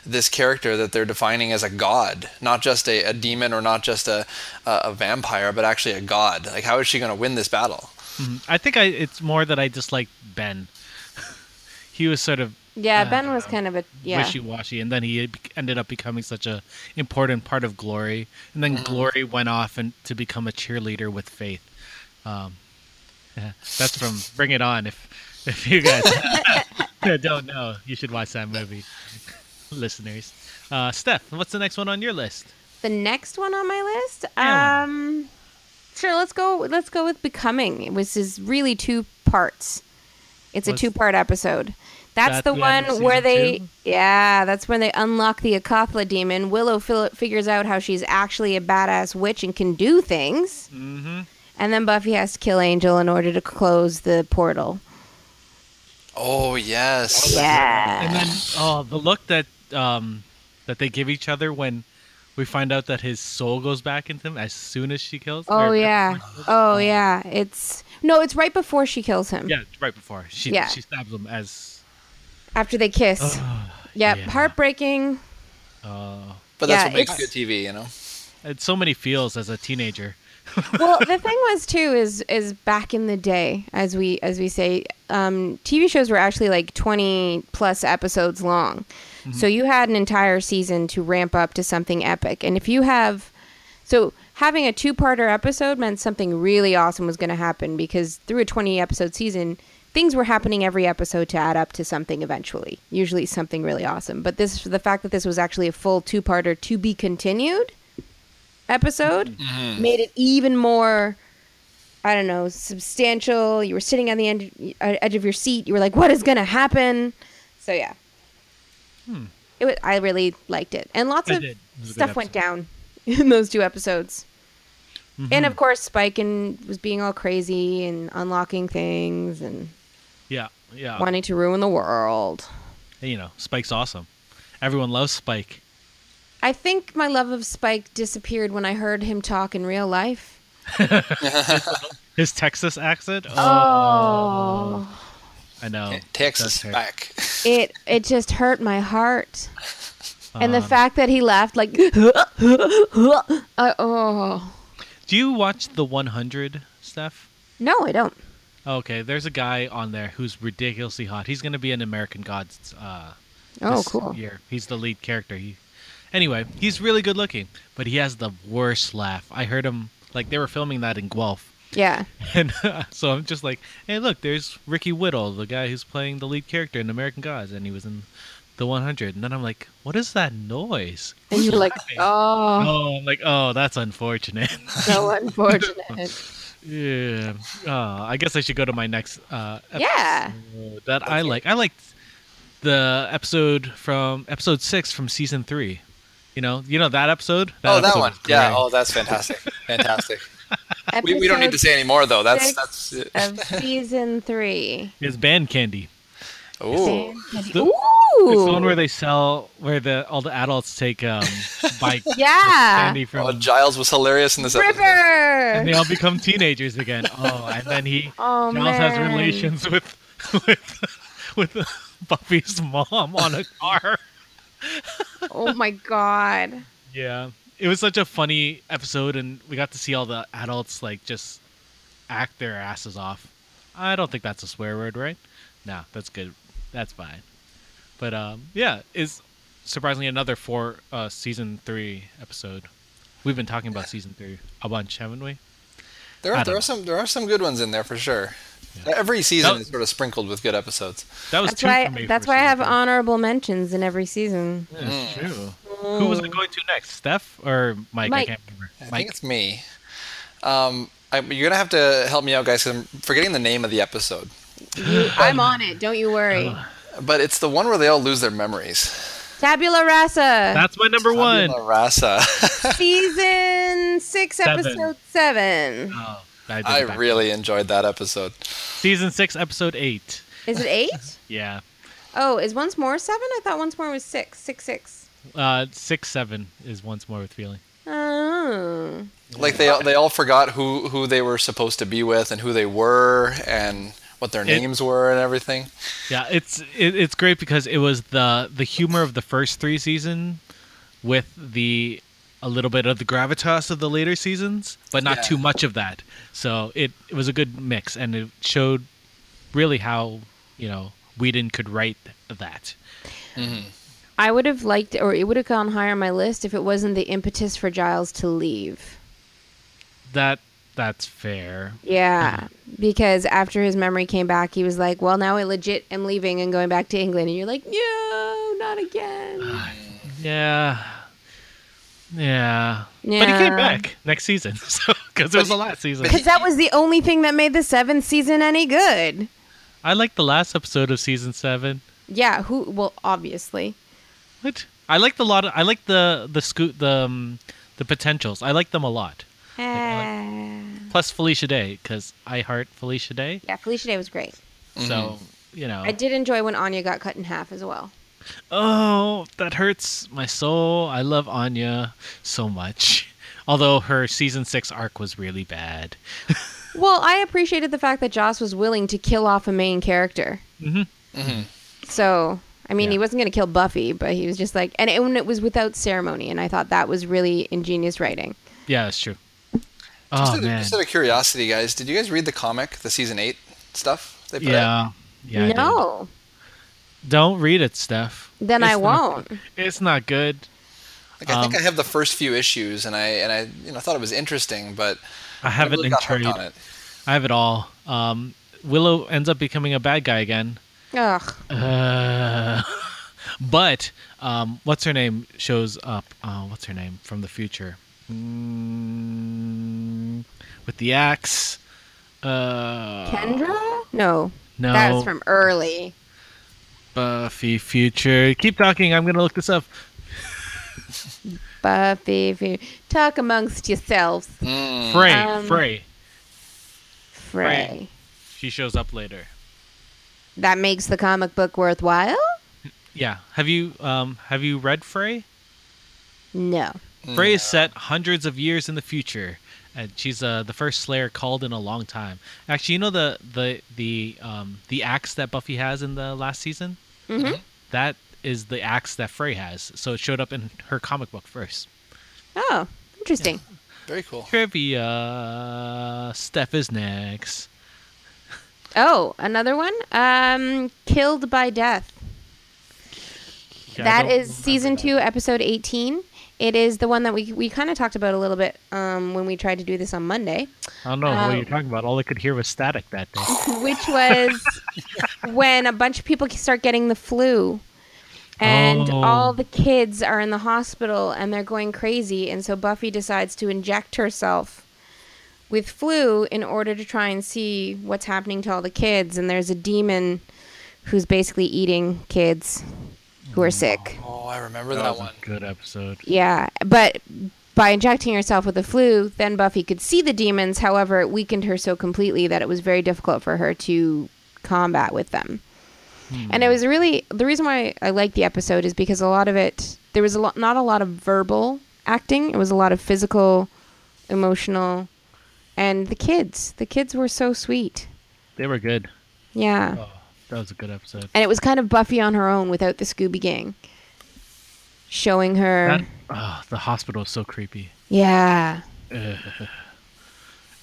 Speaker 3: this character that they're defining as a god, not just a, a demon or not just a, a a vampire, but actually a god? Like, how is she going to win this battle?
Speaker 1: I think I, it's more that I disliked Ben. he was sort of Uh,
Speaker 2: Yeah, Ben was kind of a yeah.
Speaker 1: wishy-washy, and then he e, be- ended up becoming such a important part of Glory. And then Glory went off and to become a cheerleader with Faith. Um, yeah, that's from Bring It On. If if you guys don't know, you should watch that movie, listeners. Uh, Steph, what's the next one on your list?
Speaker 2: the next one on my list,
Speaker 1: Yeah.
Speaker 2: um, sure. Let's go. Let's go with Becoming, which is really two parts. It's
Speaker 1: Was-
Speaker 2: a two-part episode. That's
Speaker 1: That
Speaker 2: the
Speaker 1: the end of
Speaker 2: one where
Speaker 1: season
Speaker 2: they,
Speaker 1: two?
Speaker 2: yeah, that's when they unlock the Akatha demon. Willow fil- figures out how she's actually a badass witch and can do things.
Speaker 1: Mm-hmm.
Speaker 2: And then Buffy has to kill Angel in order to close the portal.
Speaker 3: Oh yes.
Speaker 2: Yeah.
Speaker 1: And then oh, the look that um, that they give each other when we find out that his soul goes back into him as soon as she kills.
Speaker 2: Oh
Speaker 1: or- uh,
Speaker 2: yeah. Oh yeah. It's no, it's right before she kills him.
Speaker 1: Yeah, right before she
Speaker 2: Yeah.
Speaker 1: she stabs him as.
Speaker 2: After they kiss. yep.
Speaker 1: yeah.
Speaker 2: Heartbreaking.
Speaker 1: Uh,
Speaker 3: But that's
Speaker 2: Yeah,
Speaker 3: what makes
Speaker 2: it's-
Speaker 3: good TV, you know.
Speaker 1: it's so many feels as a teenager.
Speaker 2: well, the thing was too is is back in the day, as we as we say, um, TV shows were actually like twenty plus episodes long, so you had an entire season to ramp up to something epic. And if you have, so having a two parter episode meant something really awesome was going to happen because through a twenty episode season, things were happening every episode to add up to something eventually. Usually something really awesome, but this the fact that this was actually a full two parter to be continued episode
Speaker 1: Mm-hmm.
Speaker 2: made it even more i don't know substantial you were sitting on the end, uh, edge of your seat you were like what is gonna happen so yeah it was, i really liked it and lots
Speaker 1: Hmm. I
Speaker 2: of
Speaker 1: did. It was a good
Speaker 2: stuff went down in those two episodes
Speaker 1: Mm-hmm.
Speaker 2: and of course spike and was being all crazy and unlocking things and
Speaker 1: Yeah, yeah.
Speaker 2: wanting to ruin the world
Speaker 1: Hey, You know, Spike's awesome. Everyone loves Spike.
Speaker 2: i think my love of spike disappeared when i heard him talk in real life
Speaker 1: His Texas accent. Oh,
Speaker 2: oh.
Speaker 1: I know.
Speaker 3: Texas
Speaker 1: Oh, That's her.
Speaker 3: back.
Speaker 2: it it just hurt my heart and the
Speaker 1: Um,
Speaker 2: fact that he laughed like uh, oh
Speaker 1: Do you watch the 100, Steph?
Speaker 2: no i don't
Speaker 1: Okay, there's a guy on there who's ridiculously hot. He's gonna be an American Gods. Uh,
Speaker 2: oh
Speaker 1: this
Speaker 2: cool
Speaker 1: Year. He's the lead character. He, anyway, he's really good looking, but he has the worst laugh. I heard him like they were filming that in Guelph,
Speaker 2: yeah
Speaker 1: and uh, so I'm just like, hey, look, there's Ricky Whittle, the guy who's playing the lead character in American Gods, and he was in the 100. And then I'm like, what is that noise?
Speaker 2: and you're like oh
Speaker 1: Oh, I'm like, oh, that's unfortunate.
Speaker 2: so unfortunate
Speaker 1: yeah. Uh, I guess I should go to my next uh,
Speaker 2: yeah
Speaker 1: episode that I like. I liked the episode from episode six from season three. You know, you know that episode.
Speaker 3: oh, that
Speaker 1: episode
Speaker 3: one.
Speaker 1: was
Speaker 3: Yeah.
Speaker 1: great.
Speaker 3: Oh, that's fantastic. fantastic. We, we don't need to say any more though. That's
Speaker 2: six
Speaker 3: that's. uh,
Speaker 2: of season three
Speaker 1: It's band candy.
Speaker 3: Ooh.
Speaker 2: Band Candy.
Speaker 1: The-
Speaker 2: Ooh,
Speaker 1: It's the one
Speaker 2: Ooh.
Speaker 1: where they sell where the all the adults take um bikes with
Speaker 2: Yeah.
Speaker 1: candy
Speaker 3: Oh,
Speaker 1: from
Speaker 3: Giles was hilarious in this episode.
Speaker 1: and they
Speaker 2: River.
Speaker 1: all become teenagers again. Oh, and then he
Speaker 2: Oh
Speaker 1: Giles
Speaker 2: man.
Speaker 1: has relations with with with Buffy's mom on a car.
Speaker 2: Oh my god.
Speaker 1: Yeah. It was such a funny episode and we got to see all the adults like just act their asses off. I don't think that's a swear word, right? No, that's good. That's fine. But um yeah, is surprisingly another four uh season 3 episode. We've been talking about season 3 a bunch, haven't we?
Speaker 3: There
Speaker 1: I
Speaker 3: are
Speaker 1: don't
Speaker 3: there
Speaker 1: know.
Speaker 3: are some there are some good ones in there for sure. Every season
Speaker 1: That-
Speaker 3: is sort of sprinkled with good episodes.
Speaker 1: That was
Speaker 2: That's
Speaker 1: two
Speaker 2: why.
Speaker 1: for me.
Speaker 2: That's
Speaker 1: for
Speaker 2: why I have
Speaker 1: season
Speaker 2: honorable mentions in every season.
Speaker 1: three. Yeah,
Speaker 3: Mm.
Speaker 1: it's true. Who was I going to next? Steph or Mike?
Speaker 2: Mike.
Speaker 1: I can't remember.
Speaker 3: I
Speaker 1: Mike.
Speaker 3: think it's me. Um, I, you're gonna have to help me out, guys, because I'm forgetting the name of the episode.
Speaker 2: You, I'm
Speaker 1: Um,
Speaker 2: on it. Don't you worry.
Speaker 3: But it's the one where they all lose their memories.
Speaker 2: Tabula Rasa,
Speaker 1: That's my number one.
Speaker 3: Tabula Rasa.
Speaker 2: season six,
Speaker 1: Seven.
Speaker 2: episode seven.
Speaker 1: Oh, I, did it
Speaker 3: I
Speaker 1: back.
Speaker 3: really enjoyed that episode.
Speaker 1: season six, episode eight.
Speaker 2: Is it eight?
Speaker 1: Yeah,
Speaker 2: Oh, is once more seven? I thought once more was six. Six six.
Speaker 1: uh, six seven is once more with feeling.
Speaker 2: Oh.
Speaker 3: Like they all- they all forgot who who they were supposed to be with and who they were and what their names were and everything.
Speaker 1: Yeah, it's it, it's great because it was the the humor of the first three season with the a little bit of the gravitas of the later seasons, but not
Speaker 3: Yeah.
Speaker 1: too much of that. So it, it was a good mix, and it showed really how you know Whedon could write that.
Speaker 2: I would have liked, or it would have gone higher on my list if it wasn't the impetus for Giles to leave.
Speaker 1: That that's fair.
Speaker 2: Yeah, because after his memory came back, he was like, "Well, now I legit am leaving and going back to England." And you're like, "No, not
Speaker 1: Uh,
Speaker 2: again."
Speaker 1: Yeah. Yeah. But he
Speaker 2: Yeah.
Speaker 1: came back next season because it was the last season.
Speaker 2: Because that was the only thing that made the seventh season any good.
Speaker 1: I liked the last episode of season seven.
Speaker 2: Yeah, who? Well, obviously.
Speaker 1: What? I liked a lot. Of, I liked the the scoot the um, the potentials. I liked them a lot.
Speaker 2: Ah.
Speaker 1: Plus Felicia Day because I heart Felicia Day.
Speaker 2: yeah, Felicia Day was great.
Speaker 3: Mm-hmm.
Speaker 1: So you know.
Speaker 2: I did enjoy when Anya got cut in half as well.
Speaker 1: Oh, that hurts my soul. I love Anya so much. Although her season six arc was really bad.
Speaker 2: Well, I appreciated the fact that Joss was willing to kill off a main character.
Speaker 1: Mm-hmm.
Speaker 2: So, I mean,
Speaker 1: Yeah.
Speaker 2: he wasn't going to kill Buffy, but he was just like, and it, and it was without ceremony, and I thought that was really ingenious writing.
Speaker 1: Yeah, that's true.
Speaker 3: Just,
Speaker 1: Oh
Speaker 3: out of,
Speaker 1: man.
Speaker 3: just out of curiosity, guys, did you guys read the comic, the season eight stuff? They put out?
Speaker 1: Yeah. Yeah. I did.
Speaker 2: no,
Speaker 1: Don't read it, Steph.
Speaker 2: then
Speaker 1: It's
Speaker 2: I
Speaker 1: not-
Speaker 2: won't.
Speaker 1: it's not good.
Speaker 3: Like, I
Speaker 1: Um,
Speaker 3: think I have the first few issues, and I and I you know thought it was interesting, but
Speaker 1: I have it
Speaker 3: really
Speaker 1: in
Speaker 3: got hooked
Speaker 1: trade.
Speaker 3: on it.
Speaker 1: I have it all. Um, Willow ends up becoming a bad guy again.
Speaker 2: Ugh.
Speaker 1: Uh, but um, what's her name shows up. Uh, what's her name from the future? Mm, with the axe. Uh,
Speaker 2: Kendra? No.
Speaker 1: No.
Speaker 2: That was from early.
Speaker 1: Buffy Future. Keep talking. I'm gonna look this up.
Speaker 2: Buffy, if you talk amongst yourselves,
Speaker 3: Hmm,
Speaker 1: Frey.
Speaker 2: Um,
Speaker 1: Frey.
Speaker 2: Frey.
Speaker 1: Frey. She shows up later.
Speaker 2: That makes the comic book worthwhile?
Speaker 1: Yeah. Have you um have you read Frey?
Speaker 2: No.
Speaker 1: Frey is set hundreds of years in the future, and she's uh, the first Slayer called in a long time. Actually, you know the the the um, the axe that Buffy has in the last season. Mm-hmm.
Speaker 2: Mhm.
Speaker 1: That is the axe that Frey has, so it showed up in her comic book first.
Speaker 2: Oh, interesting.
Speaker 3: Very cool.
Speaker 1: Trivia. Steph is next.
Speaker 2: Oh, another one? Um, Killed by Death.
Speaker 1: Yeah, I
Speaker 2: that
Speaker 1: don't
Speaker 2: is season
Speaker 1: remember
Speaker 2: two, episode 18. It is the one that we, we kind of talked about a little bit um, when we tried to do this on Monday,
Speaker 1: that. I don't know what
Speaker 2: um,
Speaker 1: you're talking about. All I could hear was static that day.
Speaker 2: which was when a bunch of people start getting the flu. And
Speaker 1: Oh.
Speaker 2: all the kids are in the hospital and they're going crazy. And so Buffy decides to inject herself with flu in order to try and see what's happening to all the kids. And there's a demon who's basically eating kids who are sick.
Speaker 3: Oh, I remember
Speaker 1: That
Speaker 3: that
Speaker 1: was
Speaker 3: one.
Speaker 1: a good episode.
Speaker 2: Yeah, but by injecting herself with the flu, then Buffy could see the demons. However, it weakened her so completely that it was very difficult for her to combat with them. And
Speaker 1: Hmm.
Speaker 2: it was really the reason why I liked the episode is because a lot of it there was a lot not a lot of verbal acting. It was a lot of physical, emotional, and the kids. The kids were so sweet.
Speaker 1: They were good.
Speaker 2: Yeah.
Speaker 1: Oh, that was a good episode.
Speaker 2: And it was kind of Buffy on her own without the Scooby Gang. Showing her
Speaker 1: That, oh, the hospital was so creepy.
Speaker 2: Yeah.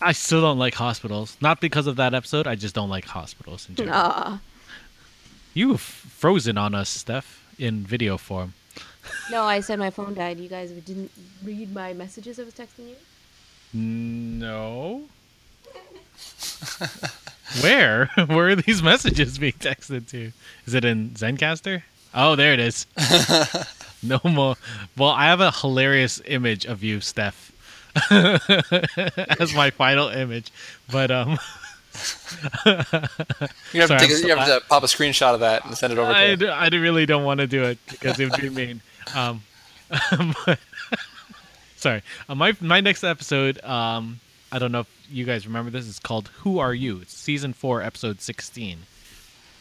Speaker 1: I still don't like hospitals. Not because of that episode. I just don't like hospitals in general.
Speaker 2: Aw.
Speaker 1: You f- frozen on us, Steph, in video form.
Speaker 2: No, I said my phone died. You guys didn't read my messages I was texting you?
Speaker 1: No. Where? Where are these messages being texted to? Is it in Zencaster? Oh, there it is. no more. Well, I have a hilarious image of you, Steph, as my final image. But um,
Speaker 3: You have,
Speaker 1: Sorry,
Speaker 3: to, take
Speaker 1: I'm
Speaker 3: a,
Speaker 1: so-
Speaker 3: you have to pop a screenshot of that and send it over
Speaker 1: I,
Speaker 3: to.
Speaker 1: d- I d- really don't want to do it because it would be mean. Um, but- sorry. Uh, my my next episode. Um, I don't know if you guys remember this. It's called "Who Are You?" It's season four, episode sixteen,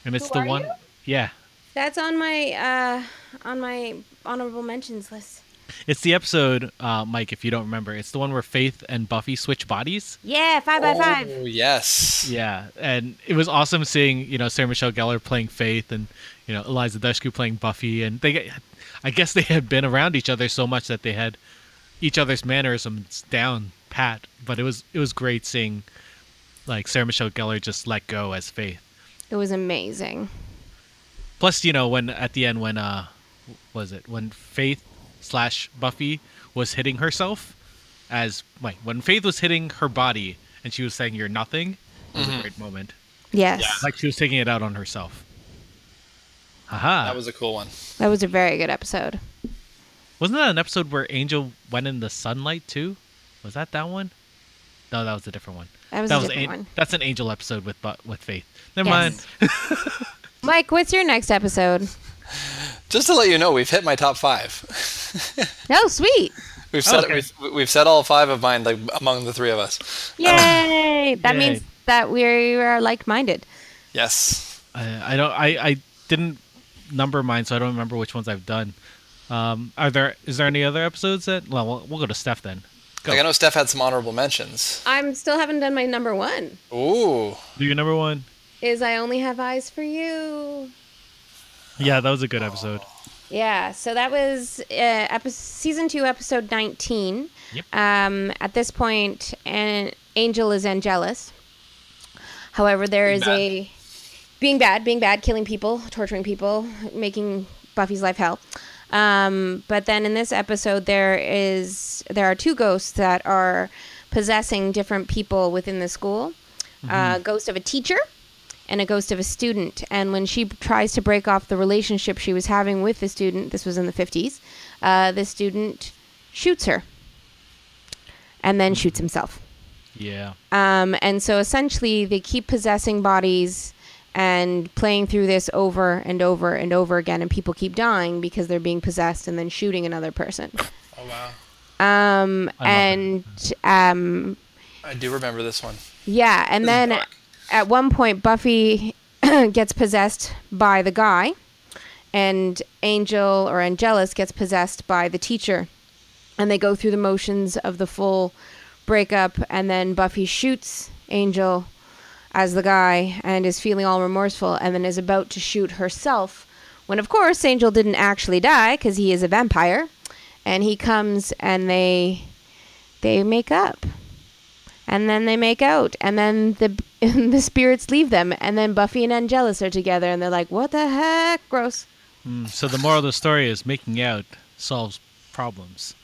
Speaker 1: and it's
Speaker 2: Who
Speaker 1: the
Speaker 2: Are
Speaker 1: one.
Speaker 2: You?
Speaker 1: Yeah,
Speaker 2: That's on my uh on my honorable mentions list.
Speaker 1: it's the episode, uh, Mike. If you don't remember, it's the one where Faith and Buffy switch bodies.
Speaker 2: Yeah, five by five.
Speaker 3: Oh yes.
Speaker 1: Yeah, and it was awesome seeing you know Sarah Michelle Gellar playing Faith and you know Eliza Dushku playing Buffy, and they, get- I guess they had been around each other so much that they had each other's mannerisms down pat. But it was it was great seeing like Sarah Michelle Gellar just let go as Faith.
Speaker 2: It was amazing.
Speaker 1: Plus, you know when at the end when uh was it when Faith slash Buffy was hitting herself as like when Faith was hitting her body and she was saying you're nothing. It was a great moment
Speaker 2: Yes.
Speaker 1: like she was taking it out on herself. Haha.
Speaker 3: That
Speaker 1: Was-
Speaker 3: was a cool one.
Speaker 2: That was a very good episode.
Speaker 1: Wasn't that an episode where Angel went in the sunlight too? Was that that one? No, that was a different one.
Speaker 2: That was a different
Speaker 1: an-
Speaker 2: one.
Speaker 1: That's an Angel episode with Bu- with Faith. Never
Speaker 2: Yes.
Speaker 1: mind.
Speaker 2: Mike, what's your next episode?
Speaker 3: Just to let you know, we've hit my top five.
Speaker 2: Oh, sweet.
Speaker 3: We've said
Speaker 1: Okay.
Speaker 3: we've, we've said all five of mine like among the three of us.
Speaker 2: Yay! That
Speaker 1: Yay.
Speaker 2: means that we are like minded.
Speaker 3: Yes.
Speaker 1: I, I don't. I, I didn't number mine, so I don't remember which ones I've done. Um, are there? Is there any other episodes that? Well, we'll, we'll go to Steph then. Go.
Speaker 3: Like I know Steph had some honorable mentions.
Speaker 2: I'm still haven't done my number one.
Speaker 3: Ooh.
Speaker 1: Do your number one.
Speaker 2: Is I only have eyes for you.
Speaker 1: Yeah, that was a good episode.
Speaker 2: Yeah, so that was uh, epi- season two, episode 19.
Speaker 1: Yep.
Speaker 2: Um, at this point, an- Angel is Angelus. However, there is a being bad, being bad, killing people, torturing people, making Buffy's life hell. Um, but then in this episode, there is there are two ghosts that are possessing different people within the school. A ghost of a teacher and a ghost of a student. And when she tries to break off the relationship she was having with the student, this was in the 50s, uh, the student shoots her and then shoots himself.
Speaker 1: Yeah.
Speaker 2: Um, and so essentially, they keep possessing bodies and playing through this over and over and over again, and people keep dying because they're being possessed and then shooting another person.
Speaker 3: Oh wow.
Speaker 2: Um,
Speaker 1: I love it.
Speaker 2: and um,
Speaker 3: I do remember this one.
Speaker 2: yeah, and then at one point Buffy gets possessed by the guy, and Angel or Angelus gets possessed by the teacher, and they go through the motions of the full breakup, and then Buffy shoots Angel as the guy and is feeling all remorseful, and then is about to shoot herself. When of course Angel didn't actually die because he is a vampire, and he comes and they they make up and then they make out and then the the spirits leave them and then buffy and angelus are together and they're like what the heck gross
Speaker 1: Mm, so the moral of the story is making out solves problems.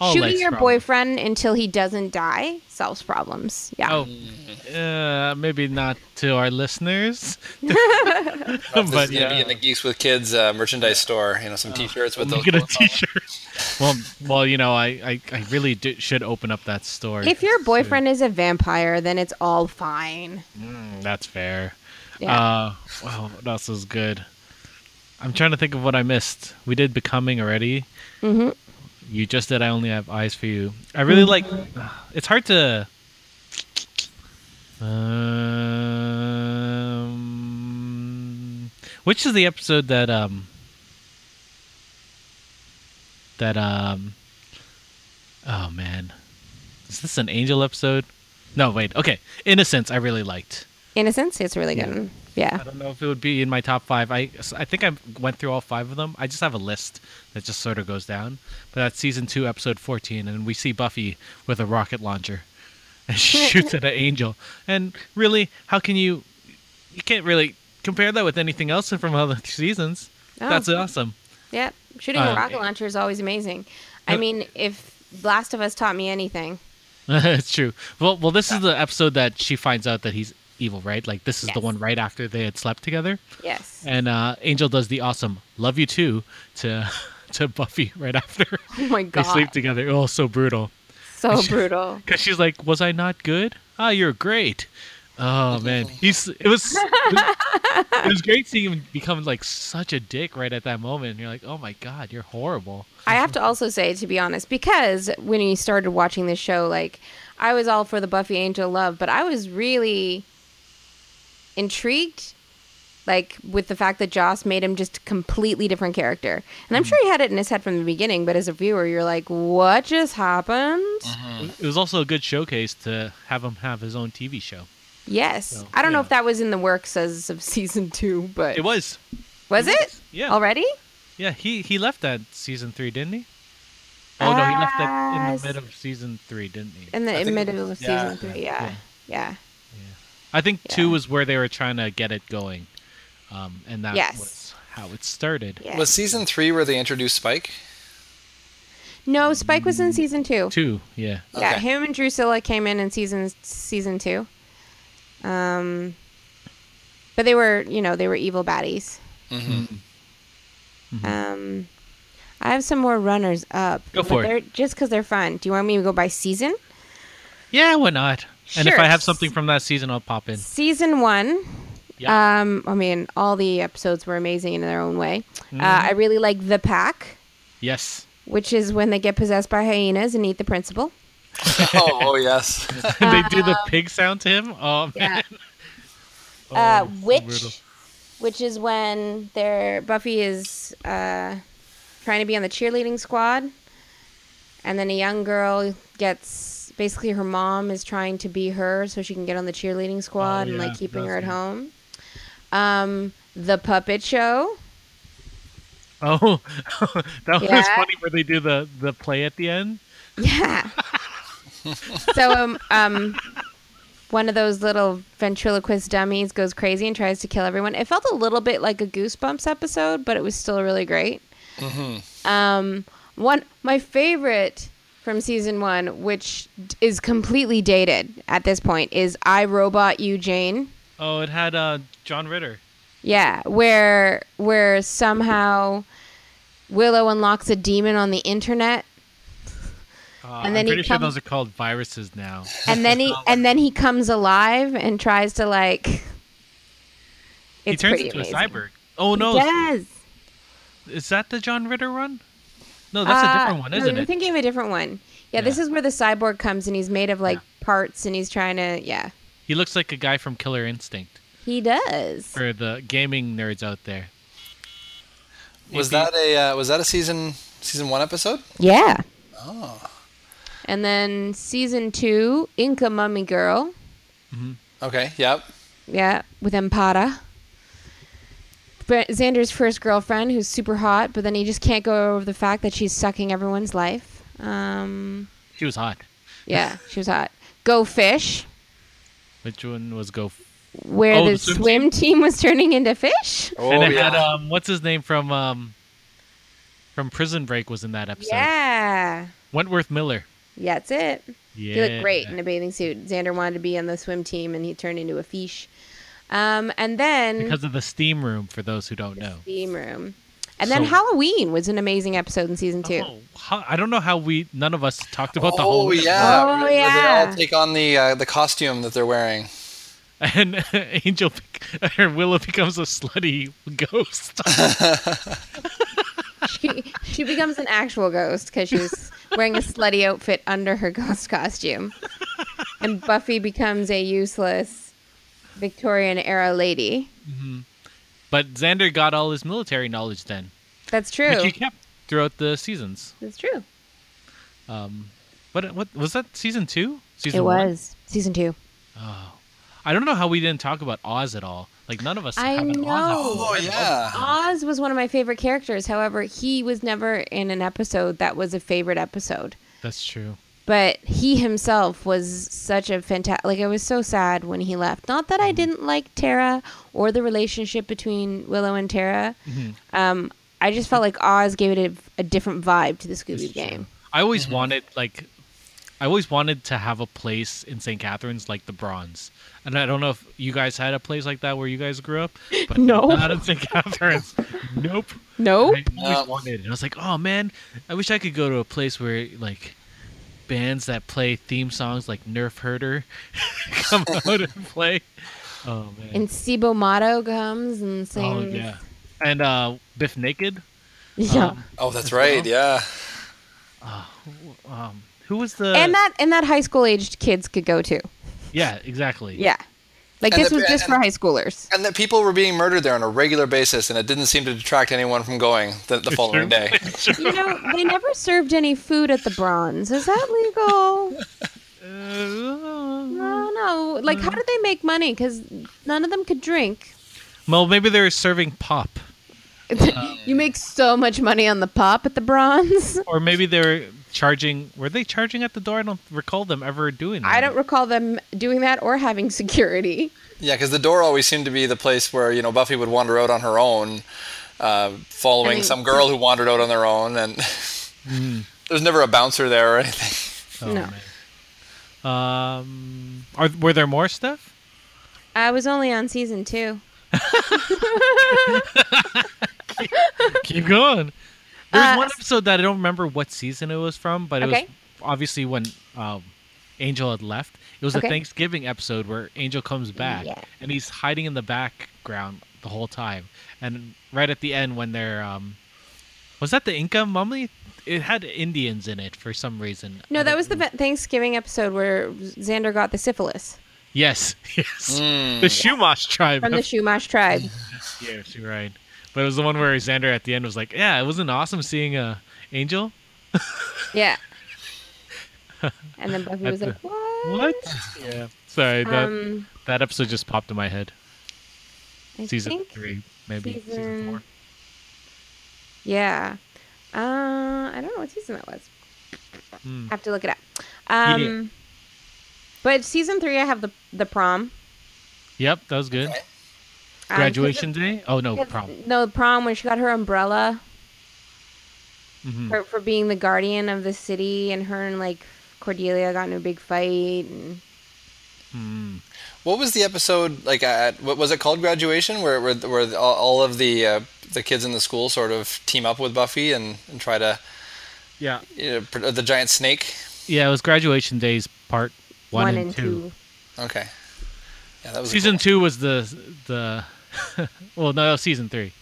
Speaker 1: All
Speaker 2: shooting
Speaker 1: life's
Speaker 2: your
Speaker 1: problems.
Speaker 2: boyfriend until he doesn't die solves problems yeah
Speaker 1: Oh, uh, maybe not to our listeners.
Speaker 3: This
Speaker 1: but
Speaker 3: is gonna be
Speaker 1: yeah,
Speaker 3: in the Geeks with Kids uh, merchandise store. You know, some T-shirts with those.
Speaker 1: we get a
Speaker 3: quotes on them.
Speaker 1: T-shirt. well, well, you know, I, I, I really do, should open up that store.
Speaker 2: if your boyfriend is a vampire then it's all fine
Speaker 1: Mm, that's fair.
Speaker 2: Yeah.
Speaker 1: Uh, well, what else is good? I'm trying to think of what I missed. We did becoming already. Mm-hmm. You just did. I only have eyes for you. I really like. It's hard to. Um, Which is the episode that um that um oh man. Is this an angel episode? No, wait. Okay. Innocence I really liked.
Speaker 2: Innocence is really good. one. Yeah.
Speaker 1: I don't know if it would be in my top 5. I I think I went through all 5 of them. I just have a list that just sort of goes down. But that's season 2 episode 14 and we see Buffy with a rocket launcher and she shoots at an angel. And really, how can you you can't really compare that with anything else from other seasons.
Speaker 2: No.
Speaker 1: That's awesome.
Speaker 2: Yeah. Shooting
Speaker 1: Uh,
Speaker 2: a rocket launcher is always amazing.
Speaker 1: uh,
Speaker 2: I mean, if Last of Us taught me anything,
Speaker 1: it's true. Well, well, this is the episode that she finds out that he's evil, right? Like this is the
Speaker 2: Yes.
Speaker 1: one right after they had slept together,
Speaker 2: yes.
Speaker 1: and uh, Angel does the awesome "Love You Too" to to Buffy right after
Speaker 2: Oh my
Speaker 1: they
Speaker 2: god.
Speaker 1: sleep together. Oh, so brutal.
Speaker 2: so brutal.
Speaker 1: Because she's like, "Was I not good? Ah, you're great." Oh man, he's it was it was great seeing him become like such a dick right at that moment. You're like, "Oh my god, you're horrible."
Speaker 2: I have to also say, to be honest, because when you started watching this show, like I was all for the Buffy Angel love, but I was really intrigued, like with the fact that Joss made him just a completely different character. And
Speaker 1: Mm-hmm.
Speaker 2: I'm sure he had it in his head from the beginning, but as a viewer, you're like, what just happened?
Speaker 1: It was also a good showcase to have him have his own TV show.
Speaker 2: Yes,
Speaker 1: So,
Speaker 2: I don't know
Speaker 1: yeah.
Speaker 2: if that was in the works as of season two, but
Speaker 1: It was.
Speaker 2: was
Speaker 1: it
Speaker 2: it? Oh.
Speaker 1: was, yeah.
Speaker 2: already.
Speaker 1: Yeah, he he left that season three, didn't he? Oh no, he left that in the
Speaker 2: Uh,
Speaker 1: mid of season three, didn't he?
Speaker 2: In the
Speaker 3: I
Speaker 2: in
Speaker 3: think it
Speaker 2: middle
Speaker 3: was-
Speaker 2: of
Speaker 3: yeah.
Speaker 2: season three, yeah.
Speaker 1: Yeah.
Speaker 2: yeah.
Speaker 1: I think two
Speaker 2: yeah.
Speaker 1: was where they were trying to get it going, um, and that
Speaker 2: Yes.
Speaker 1: was how it started.
Speaker 2: Yeah.
Speaker 3: Was season three where they introduced Spike?
Speaker 2: No, Spike was in season two.
Speaker 1: Two, yeah.
Speaker 2: Yeah,
Speaker 3: Okay.
Speaker 2: him and Drusilla came in in season season two. Um, but they were, you know, they were evil baddies.
Speaker 1: Mm-hmm.
Speaker 2: Um, I have some more runners up.
Speaker 1: Go
Speaker 2: but
Speaker 1: for it.
Speaker 2: they're, Just because they're fun. Do you want me to go by season?
Speaker 1: Yeah, why not? And if
Speaker 2: Sure.
Speaker 1: I have something from that season, I'll pop in.
Speaker 2: Season one.
Speaker 1: Yeah.
Speaker 2: Um, I mean, all the episodes were amazing in their own way.
Speaker 1: Mm-hmm.
Speaker 2: Uh, I really like the pack,
Speaker 1: Yes.
Speaker 2: which is when they get possessed by hyenas and eat the principal.
Speaker 3: oh, oh yes.
Speaker 1: they do the pig sound to him. Oh man.
Speaker 2: Um, Yeah.
Speaker 1: Oh,
Speaker 2: uh,
Speaker 1: so brutal.
Speaker 2: witch, which is when their Buffy is uh, trying to be on the cheerleading squad, and then a young girl gets basically her mom is trying to be her so she can get on the cheerleading squad and
Speaker 1: Oh, yeah,
Speaker 2: like keeping her at
Speaker 1: that's
Speaker 2: home. Um, the puppet show.
Speaker 1: Oh, that was
Speaker 2: Yeah.
Speaker 1: funny where they do the the play at the end.
Speaker 2: Yeah. so um um one of those little ventriloquist dummies goes crazy and tries to kill everyone. It felt a little bit like a Goosebumps episode, but it was still really great. Um one my favorite from season 1, which d- is completely dated at this point, is I Robot You Jane.
Speaker 1: Oh, it had uh, John Ritter.
Speaker 2: Yeah, where where somehow Willow unlocks a demon on the internet
Speaker 1: Uh,
Speaker 2: And then
Speaker 1: I'm
Speaker 2: he
Speaker 1: pretty sure
Speaker 2: come-
Speaker 1: those are called viruses now.
Speaker 2: and then he and then he comes alive and tries to like. It's
Speaker 1: he turns
Speaker 2: pretty
Speaker 1: into
Speaker 2: amazing.
Speaker 1: a cyborg. Oh no,
Speaker 2: Yes.
Speaker 1: is that the John Ritter one? No, Oh, that's a
Speaker 2: Uh,
Speaker 1: different one,
Speaker 2: no,
Speaker 1: isn't
Speaker 2: you're
Speaker 1: it?
Speaker 2: thinking of a different one. Yeah, this
Speaker 1: Yeah.
Speaker 2: is where the cyborg comes and he's made of like parts and he's trying to. Yeah,
Speaker 1: He looks like a guy from Killer Instinct
Speaker 2: he does.
Speaker 1: for the gaming nerds out there.
Speaker 3: Was that a uh, was that a season season one episode?
Speaker 2: Yeah.
Speaker 3: Oh,
Speaker 2: And then season two, Inca Mummy Girl.
Speaker 3: okay, yep.
Speaker 2: Yeah, with Empata. But Xander's first girlfriend, who's super hot, but then he just can't go over the fact that she's sucking everyone's life. Um,
Speaker 1: She was hot.
Speaker 2: Yeah, she was hot. Go fish,
Speaker 1: Which one was go?
Speaker 2: where
Speaker 1: Oh,
Speaker 2: the,
Speaker 1: the swim
Speaker 2: swim, team was turning into fish.
Speaker 3: Oh
Speaker 1: and it had um, what's his name from um, from Prison Break was in that episode.
Speaker 2: Yeah.
Speaker 1: Wentworth Miller.
Speaker 2: Yeah, that's it.
Speaker 1: Yeah.
Speaker 2: He looked great in a bathing suit. Xander wanted to be on the swim team and he turned into a fish. Um, and then
Speaker 1: Because of the steam room, for those who don't know.
Speaker 2: steam room. And then
Speaker 1: So-
Speaker 2: Halloween was an amazing episode in season two.
Speaker 1: Oh, how- I don't know how we none of us talked about the
Speaker 3: oh
Speaker 1: whole.
Speaker 3: yeah.
Speaker 2: Oh,
Speaker 3: where- where They
Speaker 2: yeah.
Speaker 3: all take on the uh, the costume that they're wearing.
Speaker 1: and Angel bec- or Willow becomes a slutty ghost.
Speaker 2: She, she becomes an actual ghost because she was wearing a slutty outfit under her ghost costume. And Buffy becomes a useless Victorian era lady.
Speaker 1: But Xander got all his military knowledge then,
Speaker 2: That's true.
Speaker 1: which he kept throughout the seasons.
Speaker 2: That's true.
Speaker 1: Um, what what was that season two? Season
Speaker 2: It
Speaker 1: one?
Speaker 2: was season two.
Speaker 1: Oh, I don't know how we didn't talk about Oz at all. Like none of us.
Speaker 2: I
Speaker 1: have an Oz.
Speaker 2: know.
Speaker 3: Oh yeah.
Speaker 2: Oz was one of my favorite characters. However, he was never in an episode that was a favorite episode.
Speaker 1: That's true.
Speaker 2: But he himself was such a fantastic. Like I was so sad when he left. Not that
Speaker 1: Mm-hmm.
Speaker 2: I didn't like Tara or the relationship between Willow and Tara.
Speaker 1: Mm-hmm.
Speaker 2: Um, I just felt like Oz gave it a, a different vibe to the Scooby game.
Speaker 1: I always
Speaker 2: Mm-hmm.
Speaker 1: wanted like I always wanted to have a place in St. Catharines like the Bronze. And I don't know if you guys had a place like that where you guys grew up, but
Speaker 2: No.
Speaker 1: not in St. Catharines. nope.
Speaker 2: Nope.
Speaker 1: I always wanted, and I was like, oh man, I wish I could go to a place where like bands that play theme songs like Nerf Herder come out and play. Oh man.
Speaker 2: And Sibo Mato comes and sings.
Speaker 1: oh yeah. And uh, Biff Naked.
Speaker 2: Yeah.
Speaker 1: Um,
Speaker 3: Oh, that's right. Yeah.
Speaker 1: Um, who was the?
Speaker 2: and that and that high school aged kids could go to.
Speaker 1: yeah, exactly.
Speaker 2: Yeah. Like
Speaker 3: And
Speaker 2: this
Speaker 3: the-
Speaker 2: was just for high schoolers.
Speaker 3: And that people were being murdered there on a regular basis, and it didn't seem to detract anyone from going the, the following day.
Speaker 2: You know, they never served any food at the Bronze. Is that legal?
Speaker 1: Uh,
Speaker 2: No, no. Like, how did they make money? Because none of them could drink.
Speaker 1: Well, maybe they're serving pop,
Speaker 2: you make so much money on the pop at the Bronze.
Speaker 1: or maybe they're charging. Were they charging at the door? I don't recall them ever doing. That.
Speaker 2: I don't recall them doing that or having security.
Speaker 3: Yeah, because the door always seemed to be the place where you know Buffy would wander out on her own, uh, following
Speaker 2: I mean-
Speaker 3: some girl who wandered out on their own, and
Speaker 1: Hmm.
Speaker 3: there's never a bouncer there or anything.
Speaker 1: Oh,
Speaker 2: no.
Speaker 1: man. Um, are were there more stuff?
Speaker 2: I was only on season two.
Speaker 1: Keep going. There was
Speaker 2: Uh,
Speaker 1: one episode that I don't remember what season it was from, but it
Speaker 2: Okay.
Speaker 1: was obviously when um, Angel had left. It was
Speaker 2: Okay.
Speaker 1: a Thanksgiving episode where Angel comes back
Speaker 2: Yeah.
Speaker 1: and he's hiding in the background the whole time. And right at the end, when they're um, was that the Inca mummy? It had Indians in it for some reason. I
Speaker 2: No, that
Speaker 1: don't
Speaker 2: was the
Speaker 1: remember.
Speaker 2: Thanksgiving episode where Xander got the syphilis
Speaker 1: yes, yes,
Speaker 3: Mm.
Speaker 1: the Shumash tribe.
Speaker 2: from the Shumash tribe.
Speaker 1: yes, you're right. But it was the one where Xander at the end was like, "Yeah, it wasn't awesome seeing uh, Angel."
Speaker 2: Yeah. And then Buffy
Speaker 1: At
Speaker 2: was
Speaker 1: the-
Speaker 2: like, "What?"
Speaker 1: What? yeah. Sorry, that
Speaker 2: Mm. Um,
Speaker 1: that episode just popped in my head.
Speaker 2: I
Speaker 1: season
Speaker 2: think-
Speaker 1: three, maybe season,
Speaker 2: season-
Speaker 1: four.
Speaker 2: Yeah. Uh, I don't know what season that was.
Speaker 1: Hmm.
Speaker 2: have to look it up.
Speaker 1: Yeah.
Speaker 2: Um, But season three, I have the the prom.
Speaker 1: Yep, that was good.
Speaker 2: Um,
Speaker 1: Graduation day? Oh no,
Speaker 2: 'cause- 'cause-
Speaker 1: prom.
Speaker 2: No prom when she got her umbrella
Speaker 1: hmm
Speaker 2: for, for being the guardian of the city, and her and like Cordelia got in a big fight. And
Speaker 1: Hmm.
Speaker 3: What was the episode like? At, what was it called? Graduation, where where, where all, all of the uh, the kids in the school sort of team up with Buffy and, and try to
Speaker 1: Yeah,
Speaker 3: you know, pr- the giant snake.
Speaker 1: yeah. It was graduation days part one, and, two.
Speaker 3: Okay. Yeah, that was a
Speaker 1: Season
Speaker 3: cool
Speaker 1: two was the the. well, no, that was season three.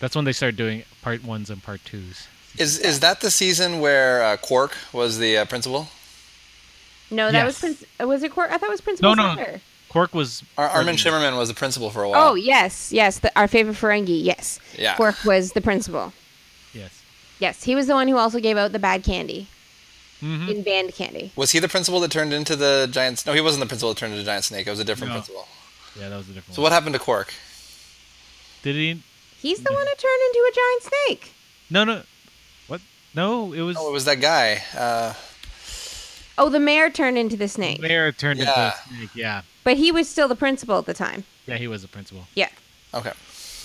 Speaker 1: That's when they started doing part ones and part twos.
Speaker 3: one. Is is that the season where uh, Quark was the uh, principal?
Speaker 2: No, that
Speaker 1: Yes.
Speaker 2: was Prince. uh, Was it? Cor- I thought it was Principal
Speaker 1: no.
Speaker 2: Xander.
Speaker 1: Quark was
Speaker 3: Ar- Armin
Speaker 1: Armin.
Speaker 3: Shimmerman was the principal for a while.
Speaker 2: Oh yes, yes. The, our favorite Ferengi. Yes.
Speaker 3: Yeah.
Speaker 2: Quark was the principal.
Speaker 1: yes.
Speaker 2: Yes, he was the one who also gave out the bad candy
Speaker 1: hmm
Speaker 2: in band candy.
Speaker 3: Was he the principal that turned into the giant? s- No, he wasn't the principal that turned into the giant snake. It was a different
Speaker 1: No.
Speaker 3: principal.
Speaker 1: Yeah, that was a different.
Speaker 3: So
Speaker 1: one.
Speaker 3: what happened to Quark?
Speaker 1: did he?
Speaker 2: He's the one who turned into a giant snake.
Speaker 1: No, no. What? No, it was.
Speaker 3: Oh, it was that guy. Uh,
Speaker 2: Oh, the mayor turned into the snake,
Speaker 1: Mayor turned into a
Speaker 3: Yeah.
Speaker 1: snake. Yeah,
Speaker 2: but he was still the principal at the time.
Speaker 1: yeah. He was a principal.
Speaker 2: Yeah.
Speaker 3: okay.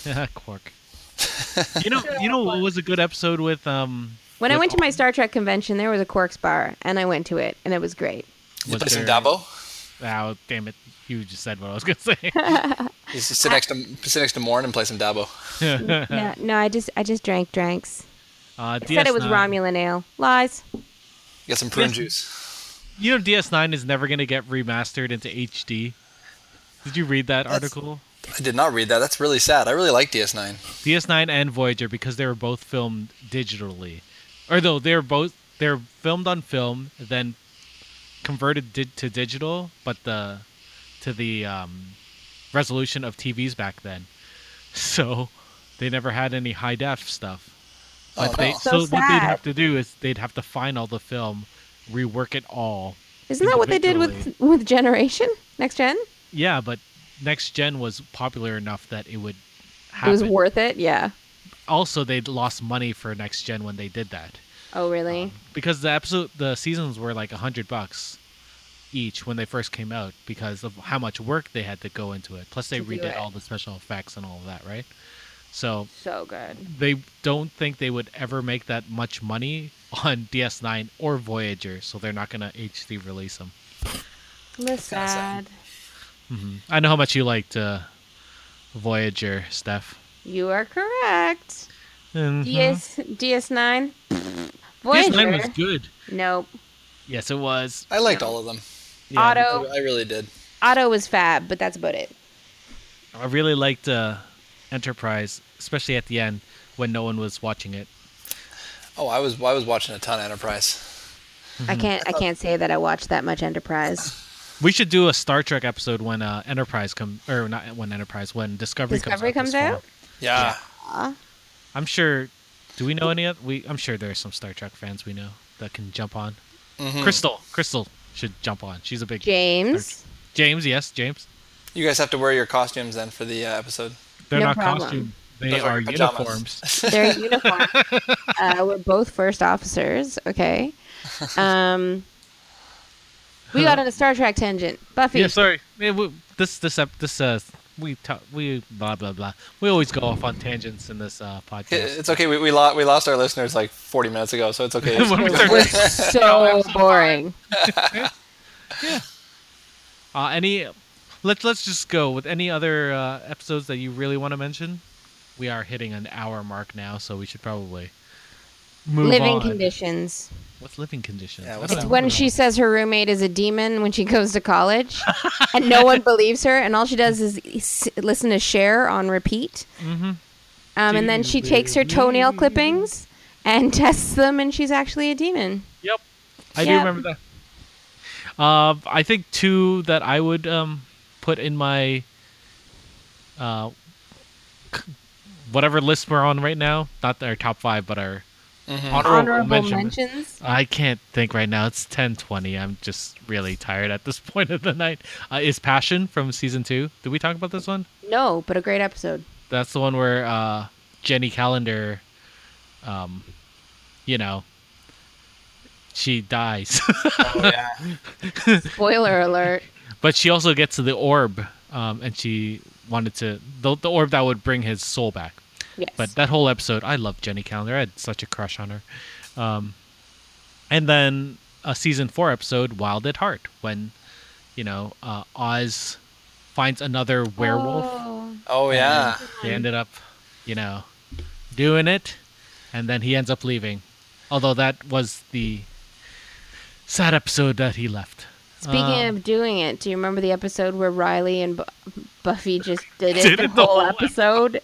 Speaker 1: Quark. Ah, You know, you know what was a good episode with um.
Speaker 2: When I
Speaker 1: with
Speaker 2: went to my Star Trek convention, there was a Quarks bar, and I went to it, and it was great.
Speaker 3: He's
Speaker 1: Was
Speaker 3: placing
Speaker 1: there-
Speaker 3: Dabo.
Speaker 1: Oh, damn it. You just said what I was going to say.
Speaker 3: He's sit next to sit next to Morn and play some Dabo.
Speaker 2: yeah, no, I just I just drank drinks.
Speaker 1: Uh,
Speaker 2: I said it was
Speaker 1: DS9.
Speaker 2: Romulan ale. Lies.
Speaker 3: Get some prune
Speaker 1: Yeah.
Speaker 3: juice.
Speaker 1: You know, DS9 is never going to get remastered into HD. Did you read that article?
Speaker 3: I did not read that. That's really sad. I really like DS9.
Speaker 1: DS9 and Voyager because they were both filmed digitally. Or though they were both they were filmed on film, then converted di- to digital, but the to the um, resolution of TVs back then. so they never had any high def stuff. But
Speaker 3: Oh,
Speaker 1: they,
Speaker 3: no.
Speaker 1: so,
Speaker 2: So
Speaker 1: what they'd
Speaker 2: sad.
Speaker 1: have to do is they'd have to find all the film, rework it all.
Speaker 2: Isn't that what they did with with Generation Next Gen?
Speaker 1: Yeah, but next gen was popular enough that it would
Speaker 2: It
Speaker 1: happen.
Speaker 2: was worth it. Yeah.
Speaker 1: also, they'd lost money for next gen when they did that
Speaker 2: Oh really?
Speaker 1: because the episode, the seasons were like a hundred bucks each when they first came out because of how much work they had to go into it. Plus, they
Speaker 2: To do
Speaker 1: redid
Speaker 2: it.
Speaker 1: all the special effects and all of that, right? So
Speaker 2: so good.
Speaker 1: they don't think they would ever make that much money on DS9 or Voyager, so they're not gonna HD release them.
Speaker 2: That's
Speaker 3: kinda
Speaker 2: sad.
Speaker 3: sad.
Speaker 1: I know how much you liked uh, Voyager, Steph.
Speaker 2: You are correct.
Speaker 1: Mhm.
Speaker 2: DS DS9.
Speaker 1: DS9
Speaker 2: Voyager.
Speaker 1: was good.
Speaker 2: Nope.
Speaker 1: Yes, it was.
Speaker 3: I liked all of them.
Speaker 1: Yeah.
Speaker 2: Auto.
Speaker 3: I really did.
Speaker 2: Auto was fab, but that's about it.
Speaker 1: I really liked uh, Enterprise, especially at the end when no one was watching it.
Speaker 3: Oh, I was I was watching a ton of Enterprise.
Speaker 1: Mm-hmm.
Speaker 2: I can't. I can't say that I watched that much Enterprise.
Speaker 1: We should do a Star Trek episode when uh, Enterprise come or not when Enterprise when Discovery,
Speaker 2: Discovery
Speaker 1: comes out. this fall.
Speaker 2: comes out?
Speaker 3: Yeah.
Speaker 1: Uh-huh. I'm sure. Do we know any of we? I'm sure there are some Star Trek fans we know that can jump on.
Speaker 3: Mm-hmm.
Speaker 1: Crystal, Crystal should jump on. She's a big
Speaker 2: James.
Speaker 1: James, yes, James.
Speaker 3: You guys have to wear your costumes then for the uh, episode.
Speaker 1: They're
Speaker 2: No
Speaker 1: not
Speaker 2: problem.
Speaker 1: costume. They
Speaker 3: Those are
Speaker 1: are
Speaker 3: your pajamas.
Speaker 1: uniforms.
Speaker 2: Their uniform. uh, we're both first officers. Okay. Um, we got on a Star Trek tangent. Buffy.
Speaker 1: yeah, sorry. Yeah, we, this this ep- this uh we ta- we blah blah blah. We always go off on tangents in this uh podcast.
Speaker 3: It's okay. We we lost we lost our listeners like 40 minutes ago, so it's okay.
Speaker 1: When we
Speaker 2: It
Speaker 1: start-
Speaker 2: was so boring.
Speaker 1: uh, any let's let's just go with any other uh, episodes that you really want to mention. We are hitting an hour mark now, so we should probably move
Speaker 2: Living
Speaker 1: on.
Speaker 2: conditions.
Speaker 1: What's living conditions?
Speaker 3: Yeah,
Speaker 1: I
Speaker 3: what's
Speaker 1: don't
Speaker 3: that?
Speaker 1: know.
Speaker 2: When she says her roommate is a demon when she goes to college, and no one believes her, and all she does is s- listen to Cher on repeat.
Speaker 1: Mhm.
Speaker 2: Um, and then she takes her toenail clippings and tests them, and she's actually a demon.
Speaker 1: Yep. I do
Speaker 2: Yeah.
Speaker 1: remember that. Uh, I think two that I would um, put in my uh, c- whatever list we're on right now. Not our top five, but our
Speaker 3: Mm-hmm.
Speaker 1: honorable,
Speaker 2: Honorable
Speaker 1: Oh, mention.
Speaker 2: mentions.
Speaker 1: I can't think right now. It's ten twenty. I'm just really tired at this point of the night. Uh, is Passion from season two? Did we talk about this one?
Speaker 2: No, but a great episode.
Speaker 1: That's the one where uh, Jenny Calendar, um, you know, she dies.
Speaker 3: Oh, yeah.
Speaker 2: Spoiler alert.
Speaker 1: But she also gets the orb, um, and she wanted to the, the orb that would bring his soul back.
Speaker 2: Yes.
Speaker 1: But that whole episode, I loved Jenny Calendar. I had such a crush on her. Um, and then a season four episode, Wild at Heart, when you know uh, Oz finds another werewolf.
Speaker 2: Oh,
Speaker 3: Oh yeah.
Speaker 1: They ended up, you know, doing it, and then he ends up leaving. Although that was the sad episode that he left.
Speaker 2: Speaking
Speaker 1: Um,
Speaker 2: of doing it, do you remember the episode where Riley and Bu- Buffy just did it
Speaker 1: Did
Speaker 2: the, whole, episode?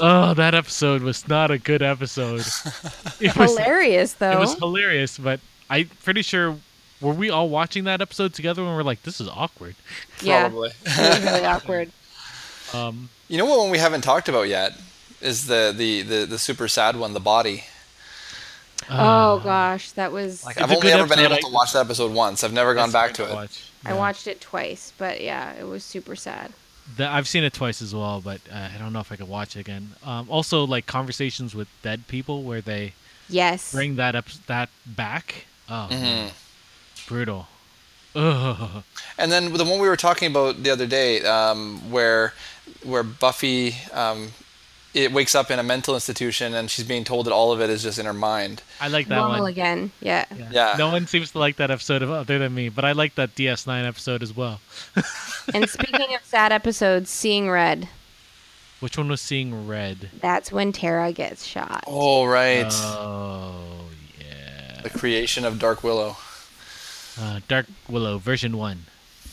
Speaker 1: Oh, that episode was not a good episode. It was, it
Speaker 2: Hilarious though.
Speaker 1: was hilarious, but I'm pretty sure were we all watching that episode together when we are like, this is awkward.
Speaker 2: yeah,
Speaker 3: Probably.
Speaker 2: it was really awkward.
Speaker 1: Um,
Speaker 3: You know what one we haven't talked about yet is the the the, the super sad one, the body.
Speaker 1: uh,
Speaker 2: oh gosh, that was.
Speaker 3: Like
Speaker 1: It's
Speaker 3: I've
Speaker 1: a
Speaker 3: only
Speaker 1: good
Speaker 3: ever been
Speaker 1: episode,
Speaker 3: able
Speaker 1: I-
Speaker 3: to watch that episode once. I've never gone
Speaker 1: it's hard
Speaker 3: back to it.
Speaker 1: watch.
Speaker 2: I
Speaker 1: Yeah.
Speaker 2: watched it twice, but yeah, it was super sad.
Speaker 1: The, I've seen it twice as well, but uh, I don't know if I could watch it again. Um, also, like conversations with dead people where they
Speaker 2: Yes.
Speaker 1: bring that up that back. Oh, man.
Speaker 3: Mhm.
Speaker 1: brutal. Ugh.
Speaker 3: And then the one we were talking about the other day, um, where where Buffy um, it wakes up in a mental institution and she's being told that all of it is just in her mind.
Speaker 1: I like that
Speaker 2: Normal
Speaker 1: one.
Speaker 2: again. Yeah.
Speaker 3: Yeah.
Speaker 1: No one seems to like that episode other than me, but I like that DS9 episode as well.
Speaker 2: and speaking of sad episodes, seeing red.
Speaker 1: Which one was seeing red?
Speaker 2: That's when Tara gets shot.
Speaker 3: Oh right,
Speaker 1: Oh yeah.
Speaker 3: the creation of Dark Willow.
Speaker 1: Uh, Dark Willow version one,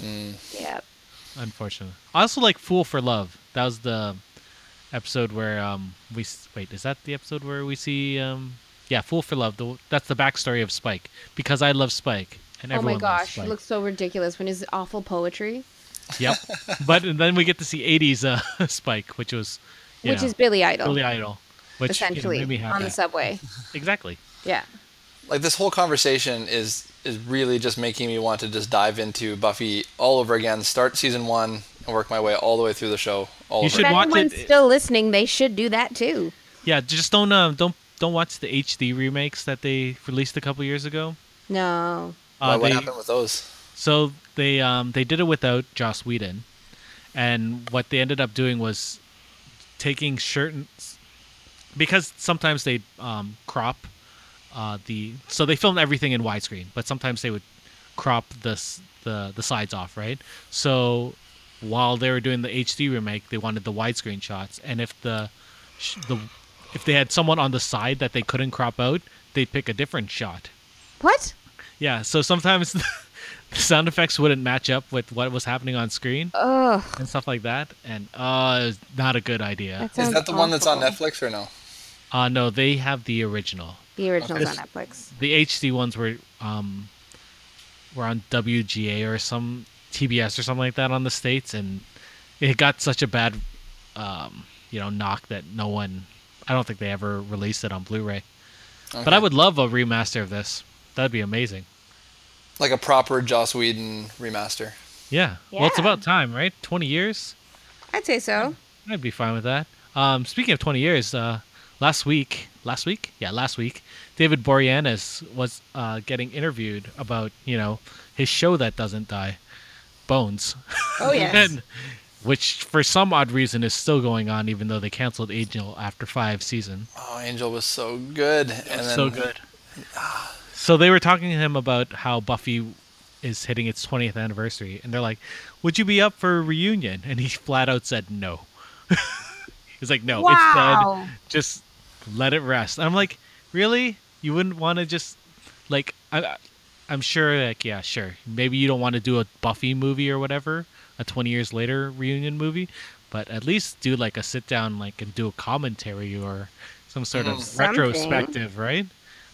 Speaker 2: Yep. Oh
Speaker 1: unfortunately. I also like Fool for Love. That was the episode where um we s- wait. Is that the episode where we see um yeah Fool for Love? The, that's the backstory of Spike because I love Spike and
Speaker 2: Oh my
Speaker 1: everyone loves
Speaker 2: gosh,
Speaker 1: Spike.
Speaker 2: it looks so ridiculous when his awful poetry.
Speaker 1: Yep. but then we get to see 80s uh, Spike, which was
Speaker 2: which
Speaker 1: Yeah.
Speaker 2: is Billy Idol,
Speaker 1: Billy Idol, which you know,
Speaker 2: essentially
Speaker 1: made me have
Speaker 2: on the
Speaker 1: that.
Speaker 2: subway.
Speaker 1: Exactly.
Speaker 2: Yeah.
Speaker 3: Like this whole conversation is is really just making me want to just dive into Buffy all over again, start season one, and work my way all the way through the show. All
Speaker 1: You
Speaker 3: over.
Speaker 1: should
Speaker 2: If
Speaker 1: watch
Speaker 2: anyone's
Speaker 1: it-
Speaker 2: still listening, they should do that too.
Speaker 1: Yeah, just don't um, don't don't watch the HD remakes that they released a couple years ago.
Speaker 2: No.
Speaker 1: Uh,
Speaker 3: what
Speaker 1: they-
Speaker 3: happened with those?
Speaker 1: So they um, they did it without Joss Whedon, and what they ended up doing was taking certain because sometimes they um, crop uh, the so they filmed everything in widescreen, but sometimes they would crop the s- the the sides off, right? So while they were doing the HD remake, they wanted the widescreen shots, and if the sh- the if they had someone on the side that they couldn't crop out, they'd pick a different shot.
Speaker 2: What?
Speaker 1: Yeah, so sometimes the sound effects wouldn't match up with what was happening on screen
Speaker 2: Ugh.
Speaker 1: and stuff like that, and uh, it's not a good idea.
Speaker 2: That
Speaker 3: Is
Speaker 2: sounds
Speaker 3: that the one that's on
Speaker 2: awful.
Speaker 3: Netflix or no?
Speaker 1: Uh, no, they have the original.
Speaker 2: The original's
Speaker 3: Okay.
Speaker 2: on Netflix.
Speaker 1: The HD ones were um, were on WGA or some TBS or something like that on the states, and it got such a bad, um, you know, knock that no one. I don't think they ever released it on Blu-ray. But
Speaker 3: Okay.
Speaker 1: I would love a remaster of this. That'd be amazing.
Speaker 3: like a proper Joss Whedon remaster.
Speaker 1: Yeah. Well, it's
Speaker 2: Yeah.
Speaker 1: about time, right? Twenty years.
Speaker 2: I'd say so.
Speaker 1: I'd be fine with that. Um, speaking of 20 years, uh, last week, last week, yeah, last week, David Boreanaz was uh, getting interviewed about you know his show that doesn't die, Bones,
Speaker 2: Oh
Speaker 1: and, which for some odd reason is still going on even though they canceled Angel after five season.
Speaker 3: Oh, Angel was so good, and then
Speaker 1: so good. So they were talking to him about how Buffy is hitting its 20th anniversary, and they're like, "Would you be up for a reunion?" And he flat out said no. He's like, "No,
Speaker 2: Wow.
Speaker 1: it's dead. Just let it rest." And I'm like, "Really? You wouldn't want to just like I, I- I'm sure like yeah, sure. Maybe you don't want to do a Buffy movie or whatever, a 20 years later reunion movie, but at least do like a sit down like and do a commentary or some sort of
Speaker 2: Something.
Speaker 1: retrospective, right?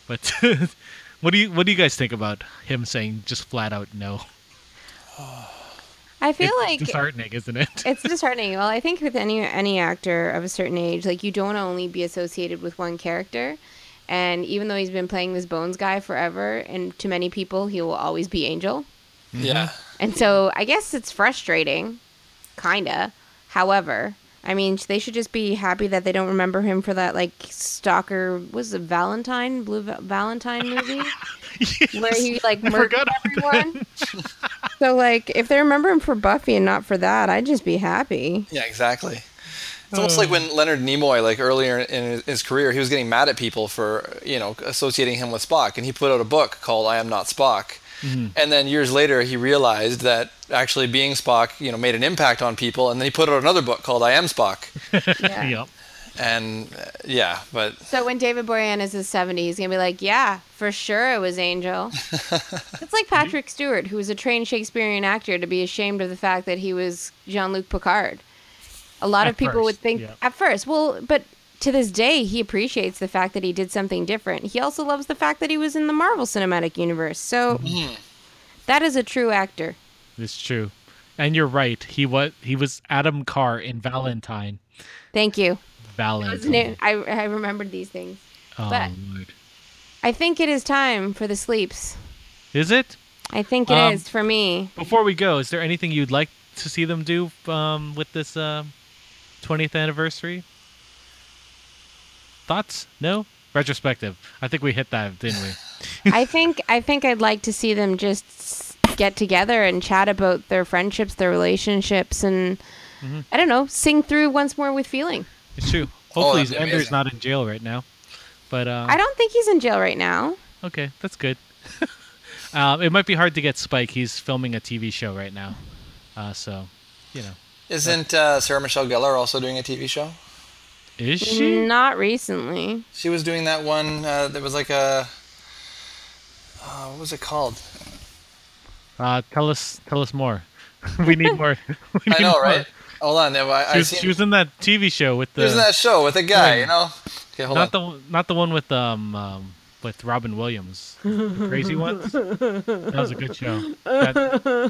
Speaker 1: But what do you what do you guys think about him saying just flat out no?
Speaker 2: I feel
Speaker 1: it's
Speaker 2: like
Speaker 1: disheartening, isn't it?
Speaker 2: it's disheartening. Well, I think with any any actor of a certain age, like you don't wanna only be associated with one character. And even though he's been playing this Bones guy forever, and to many people, he will always be Angel.
Speaker 3: yeah,
Speaker 1: Mm-hmm.
Speaker 2: And so I guess it's frustrating, kinda. However, I mean, they should just be happy that they don't remember him for that like stalker was it Valentine Blue Va- Valentine movie where he like
Speaker 1: I
Speaker 2: murdered
Speaker 1: forgot about
Speaker 2: everyone. so like, if they remember him for Buffy and not for that, I'd just be happy.
Speaker 3: yeah, exactly. It's almost like when Leonard Nimoy, like earlier in his career, he was getting mad at people for you know associating him with Spock, and he put out a book called "I Am Not Spock."
Speaker 1: Mm-hmm.
Speaker 3: And then years later, he realized that actually being Spock, you know, made an impact on people, and then he put out another book called "I Am Spock."
Speaker 2: Yeah.
Speaker 1: Yep.
Speaker 3: And uh, yeah, but
Speaker 2: So when David Boreanaz is 70, he's going to be like, yeah, for sure it was Angel. it's like Patrick Stewart, who was a trained Shakespearean actor, to be ashamed of the fact that he was Jean-Luc Picard. A lot
Speaker 1: At
Speaker 2: of people would
Speaker 1: first,
Speaker 2: think
Speaker 1: yeah.
Speaker 2: at first, well, but to this day, he appreciates the fact that he did something different. He also loves the fact that he was in the Marvel Cinematic Universe. So that is a true actor.
Speaker 1: It's true. And you're right. He was he was Adam Carr in Valentine.
Speaker 2: Thank you. Wasn't
Speaker 1: Valentine.
Speaker 2: it- I, I remembered these things.
Speaker 1: Oh,
Speaker 2: But-
Speaker 1: Lord.
Speaker 2: I think it is time for the sleeps.
Speaker 1: Is it?
Speaker 2: I think it is
Speaker 1: Um,
Speaker 2: for me.
Speaker 1: Before we go, is there anything you'd like to see them do um, with this um, 20th anniversary? Thoughts? No? Retrospective. I think we hit that, didn't we?
Speaker 2: I think I think I'd like to see them just s- get together and chat about their friendships, their relationships, and
Speaker 1: Mm-hmm.
Speaker 2: I don't know, sing through once more with feeling.
Speaker 1: It's true.
Speaker 3: Oh,
Speaker 1: Hopefully,
Speaker 3: that'd be
Speaker 1: Xander's
Speaker 3: amazing.
Speaker 1: not in jail right now. But um,
Speaker 2: I don't think he's in jail right now.
Speaker 1: okay, that's good. um, it might be hard to get Spike. He's filming a TV show right now, uh, so you know,
Speaker 3: isn't uh, Sarah Michelle Gellar also doing a TV show?
Speaker 1: is she?
Speaker 3: Mm.
Speaker 2: Not recently.
Speaker 3: She was doing that one uh, that was like a uh, what was it called?
Speaker 1: Uh, tell us, tell us more. we need more. We need
Speaker 3: I know,
Speaker 1: more.
Speaker 3: right? Hold on, have I,
Speaker 1: She
Speaker 3: I
Speaker 1: was,
Speaker 3: seen,
Speaker 1: she was in that TV show with
Speaker 3: she was in
Speaker 1: the
Speaker 3: that show with a guy, you know. Okay, hold
Speaker 1: not
Speaker 3: on.
Speaker 1: the not the one with um, um with Robin Williams, the crazy ones. That was a good show. That,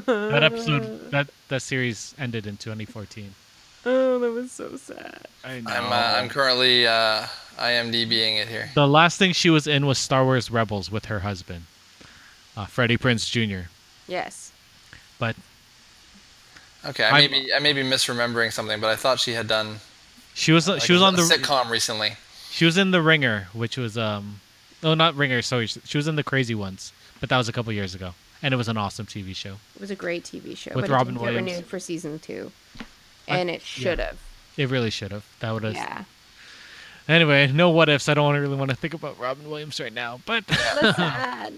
Speaker 1: that episode that that series ended in 2014.
Speaker 2: Oh, that was so sad.
Speaker 1: I know.
Speaker 3: I'm uh, I'm currently uh, IMDBing it here.
Speaker 1: the last thing she was in was Star Wars Rebels with her husband, uh, Freddie Prince Jr.
Speaker 2: Yes.
Speaker 1: But
Speaker 3: Okay, I may
Speaker 1: I'm-
Speaker 3: be I may be misremembering something, but I thought she had done
Speaker 1: she was
Speaker 3: like,
Speaker 1: she was
Speaker 3: a-
Speaker 1: on
Speaker 3: a
Speaker 1: the
Speaker 3: sitcom recently.
Speaker 1: she was in the Ringer, which was um, no, not Ringer. Sorry, she was in the Crazy Ones, but that was a couple years ago, and it was an awesome TV show.
Speaker 2: It was a great TV show.
Speaker 1: With
Speaker 2: but
Speaker 1: Robin
Speaker 2: it didn't
Speaker 1: Williams.
Speaker 2: get renewed for season two. And it should have.
Speaker 1: It really should have. That would have.
Speaker 2: Yeah.
Speaker 1: Anyway, no what ifs. I don't wanna- really want to think about Robin Williams right now, but.
Speaker 2: That's sad.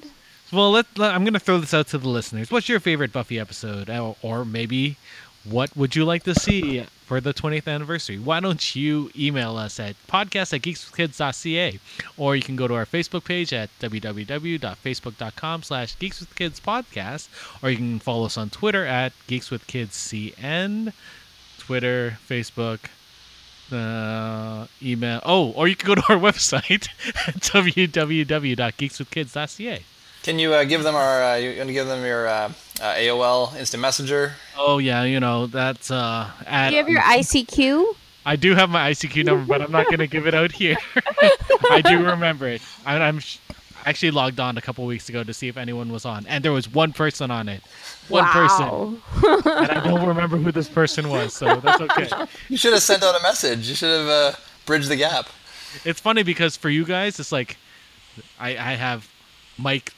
Speaker 1: Well, let, let- I'm going to throw this out to the listeners. What's your favorite Buffy episode? Or, or maybe what would you like to see for the 20th anniversary? Why don't you email us at podcast at geekswithkids.ca or you can go to our Facebook page at www.facebook.com slash geekswithkidspodcast or you can follow us on Twitter at geekswithkidscn, Twitter, Facebook, uh, email. Oh, or you can go to our website at www.geekswithkids.ca.
Speaker 3: Can you uh, give them our? Uh, you want to give them your uh, uh, AOL Instant Messenger?
Speaker 1: Oh yeah, you know that's uh. At,
Speaker 2: Do you have your ICQ?
Speaker 1: I do have my ICQ number, but I'm not gonna give it out here. I do remember it. I, I'm sh- I actually logged on a couple weeks ago to see if anyone was on, and there was one person on it. One person,
Speaker 2: Wow.
Speaker 1: and I don't remember who this person was, so that's okay.
Speaker 3: You should have sent out a message. You should have uh, bridged the gap.
Speaker 1: it's funny because for you guys, it's like I, I have Mike,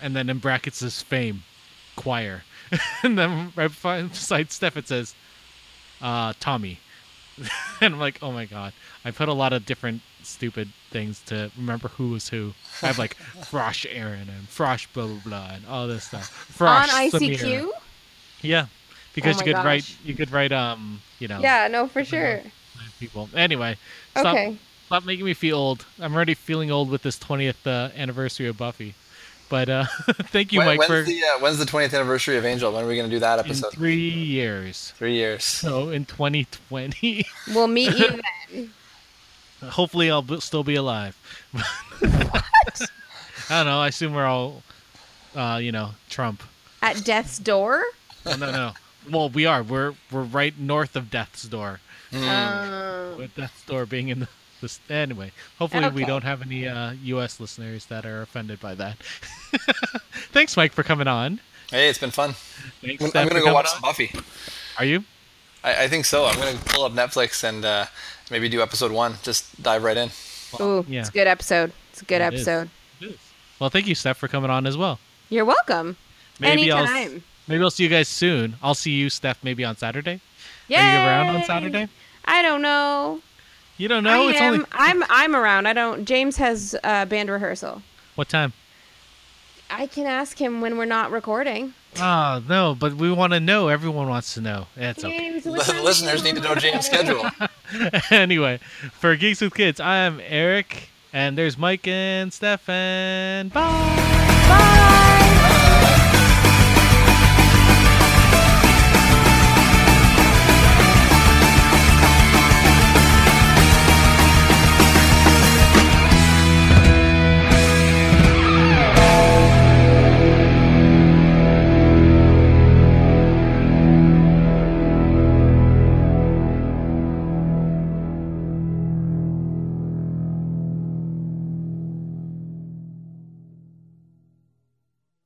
Speaker 1: and then in brackets is fame, choir, and then right before- beside Steph it says uh, Tommy, and I'm like, oh my god, I put a lot of different stupid things to remember who was who. I have like Frosh Aaron and Frosh blah blah blah and all this stuff. Frosh
Speaker 2: On ICQ?
Speaker 1: Samira. yeah, because
Speaker 2: Oh my
Speaker 1: you could
Speaker 2: gosh.
Speaker 1: write you could write um you know
Speaker 2: Yeah, no, for sure.
Speaker 1: people. Anyway, stop,
Speaker 2: Okay.
Speaker 1: stop making me feel old. I'm already feeling old with this 20th uh, anniversary of Buffy. But uh, thank you,
Speaker 3: When-
Speaker 1: Mike,
Speaker 3: when's
Speaker 1: for
Speaker 3: the uh, when's the 20th anniversary of Angel? When are we going to do that
Speaker 1: in
Speaker 3: episode?
Speaker 1: three years.
Speaker 3: Three years.
Speaker 1: So in 2020,
Speaker 2: We'll meet you then.
Speaker 1: hopefully I'll b- still be alive. I don't know. I assume we're all, uh, you know, Trump.
Speaker 2: At death's door?
Speaker 1: Oh, no, no. Well, we are. We're we're right north of Death's Door.
Speaker 2: Um,
Speaker 1: With Death's Door being in the, the s- anyway. Hopefully, we
Speaker 2: Okay.
Speaker 1: don't have any uh, U.S. listeners that are offended by that. Thanks, Mike, for coming on.
Speaker 3: Hey, it's been fun.
Speaker 1: Thanks,
Speaker 3: I'm,
Speaker 1: Steph, for
Speaker 3: going to go
Speaker 1: coming
Speaker 3: watch
Speaker 1: on.
Speaker 3: some Buffy.
Speaker 1: Are you?
Speaker 3: I, I think so. I'm going to pull up Netflix and uh, maybe do episode one. Just dive right in.
Speaker 2: ooh,
Speaker 1: Yeah.
Speaker 2: it's a good episode. It's a good
Speaker 1: It is.
Speaker 2: episode.
Speaker 1: Well, thank you, Steph, for coming on as well.
Speaker 2: You're welcome.
Speaker 1: Maybe I'll
Speaker 2: Anytime.
Speaker 1: maybe I'll see you guys soon. I'll see you, Steph, maybe on Saturday. Are you around on
Speaker 2: Yay!
Speaker 1: Saturday?
Speaker 2: I don't know.
Speaker 1: You don't know.
Speaker 2: I
Speaker 1: it's
Speaker 2: am.
Speaker 1: only
Speaker 2: I'm. I'm around. I don't. James has uh, band rehearsal.
Speaker 1: what time?
Speaker 2: I can ask him when we're not recording.
Speaker 1: Oh, no, but we want to know. Everyone wants to know. That's okay.
Speaker 2: James, what time
Speaker 3: The
Speaker 2: is
Speaker 3: listeners
Speaker 2: it?
Speaker 3: need to know James' schedule.
Speaker 1: anyway, for Geeks with Kids, I am Eric, and there's Mike and Steph, and bye.
Speaker 2: Bye.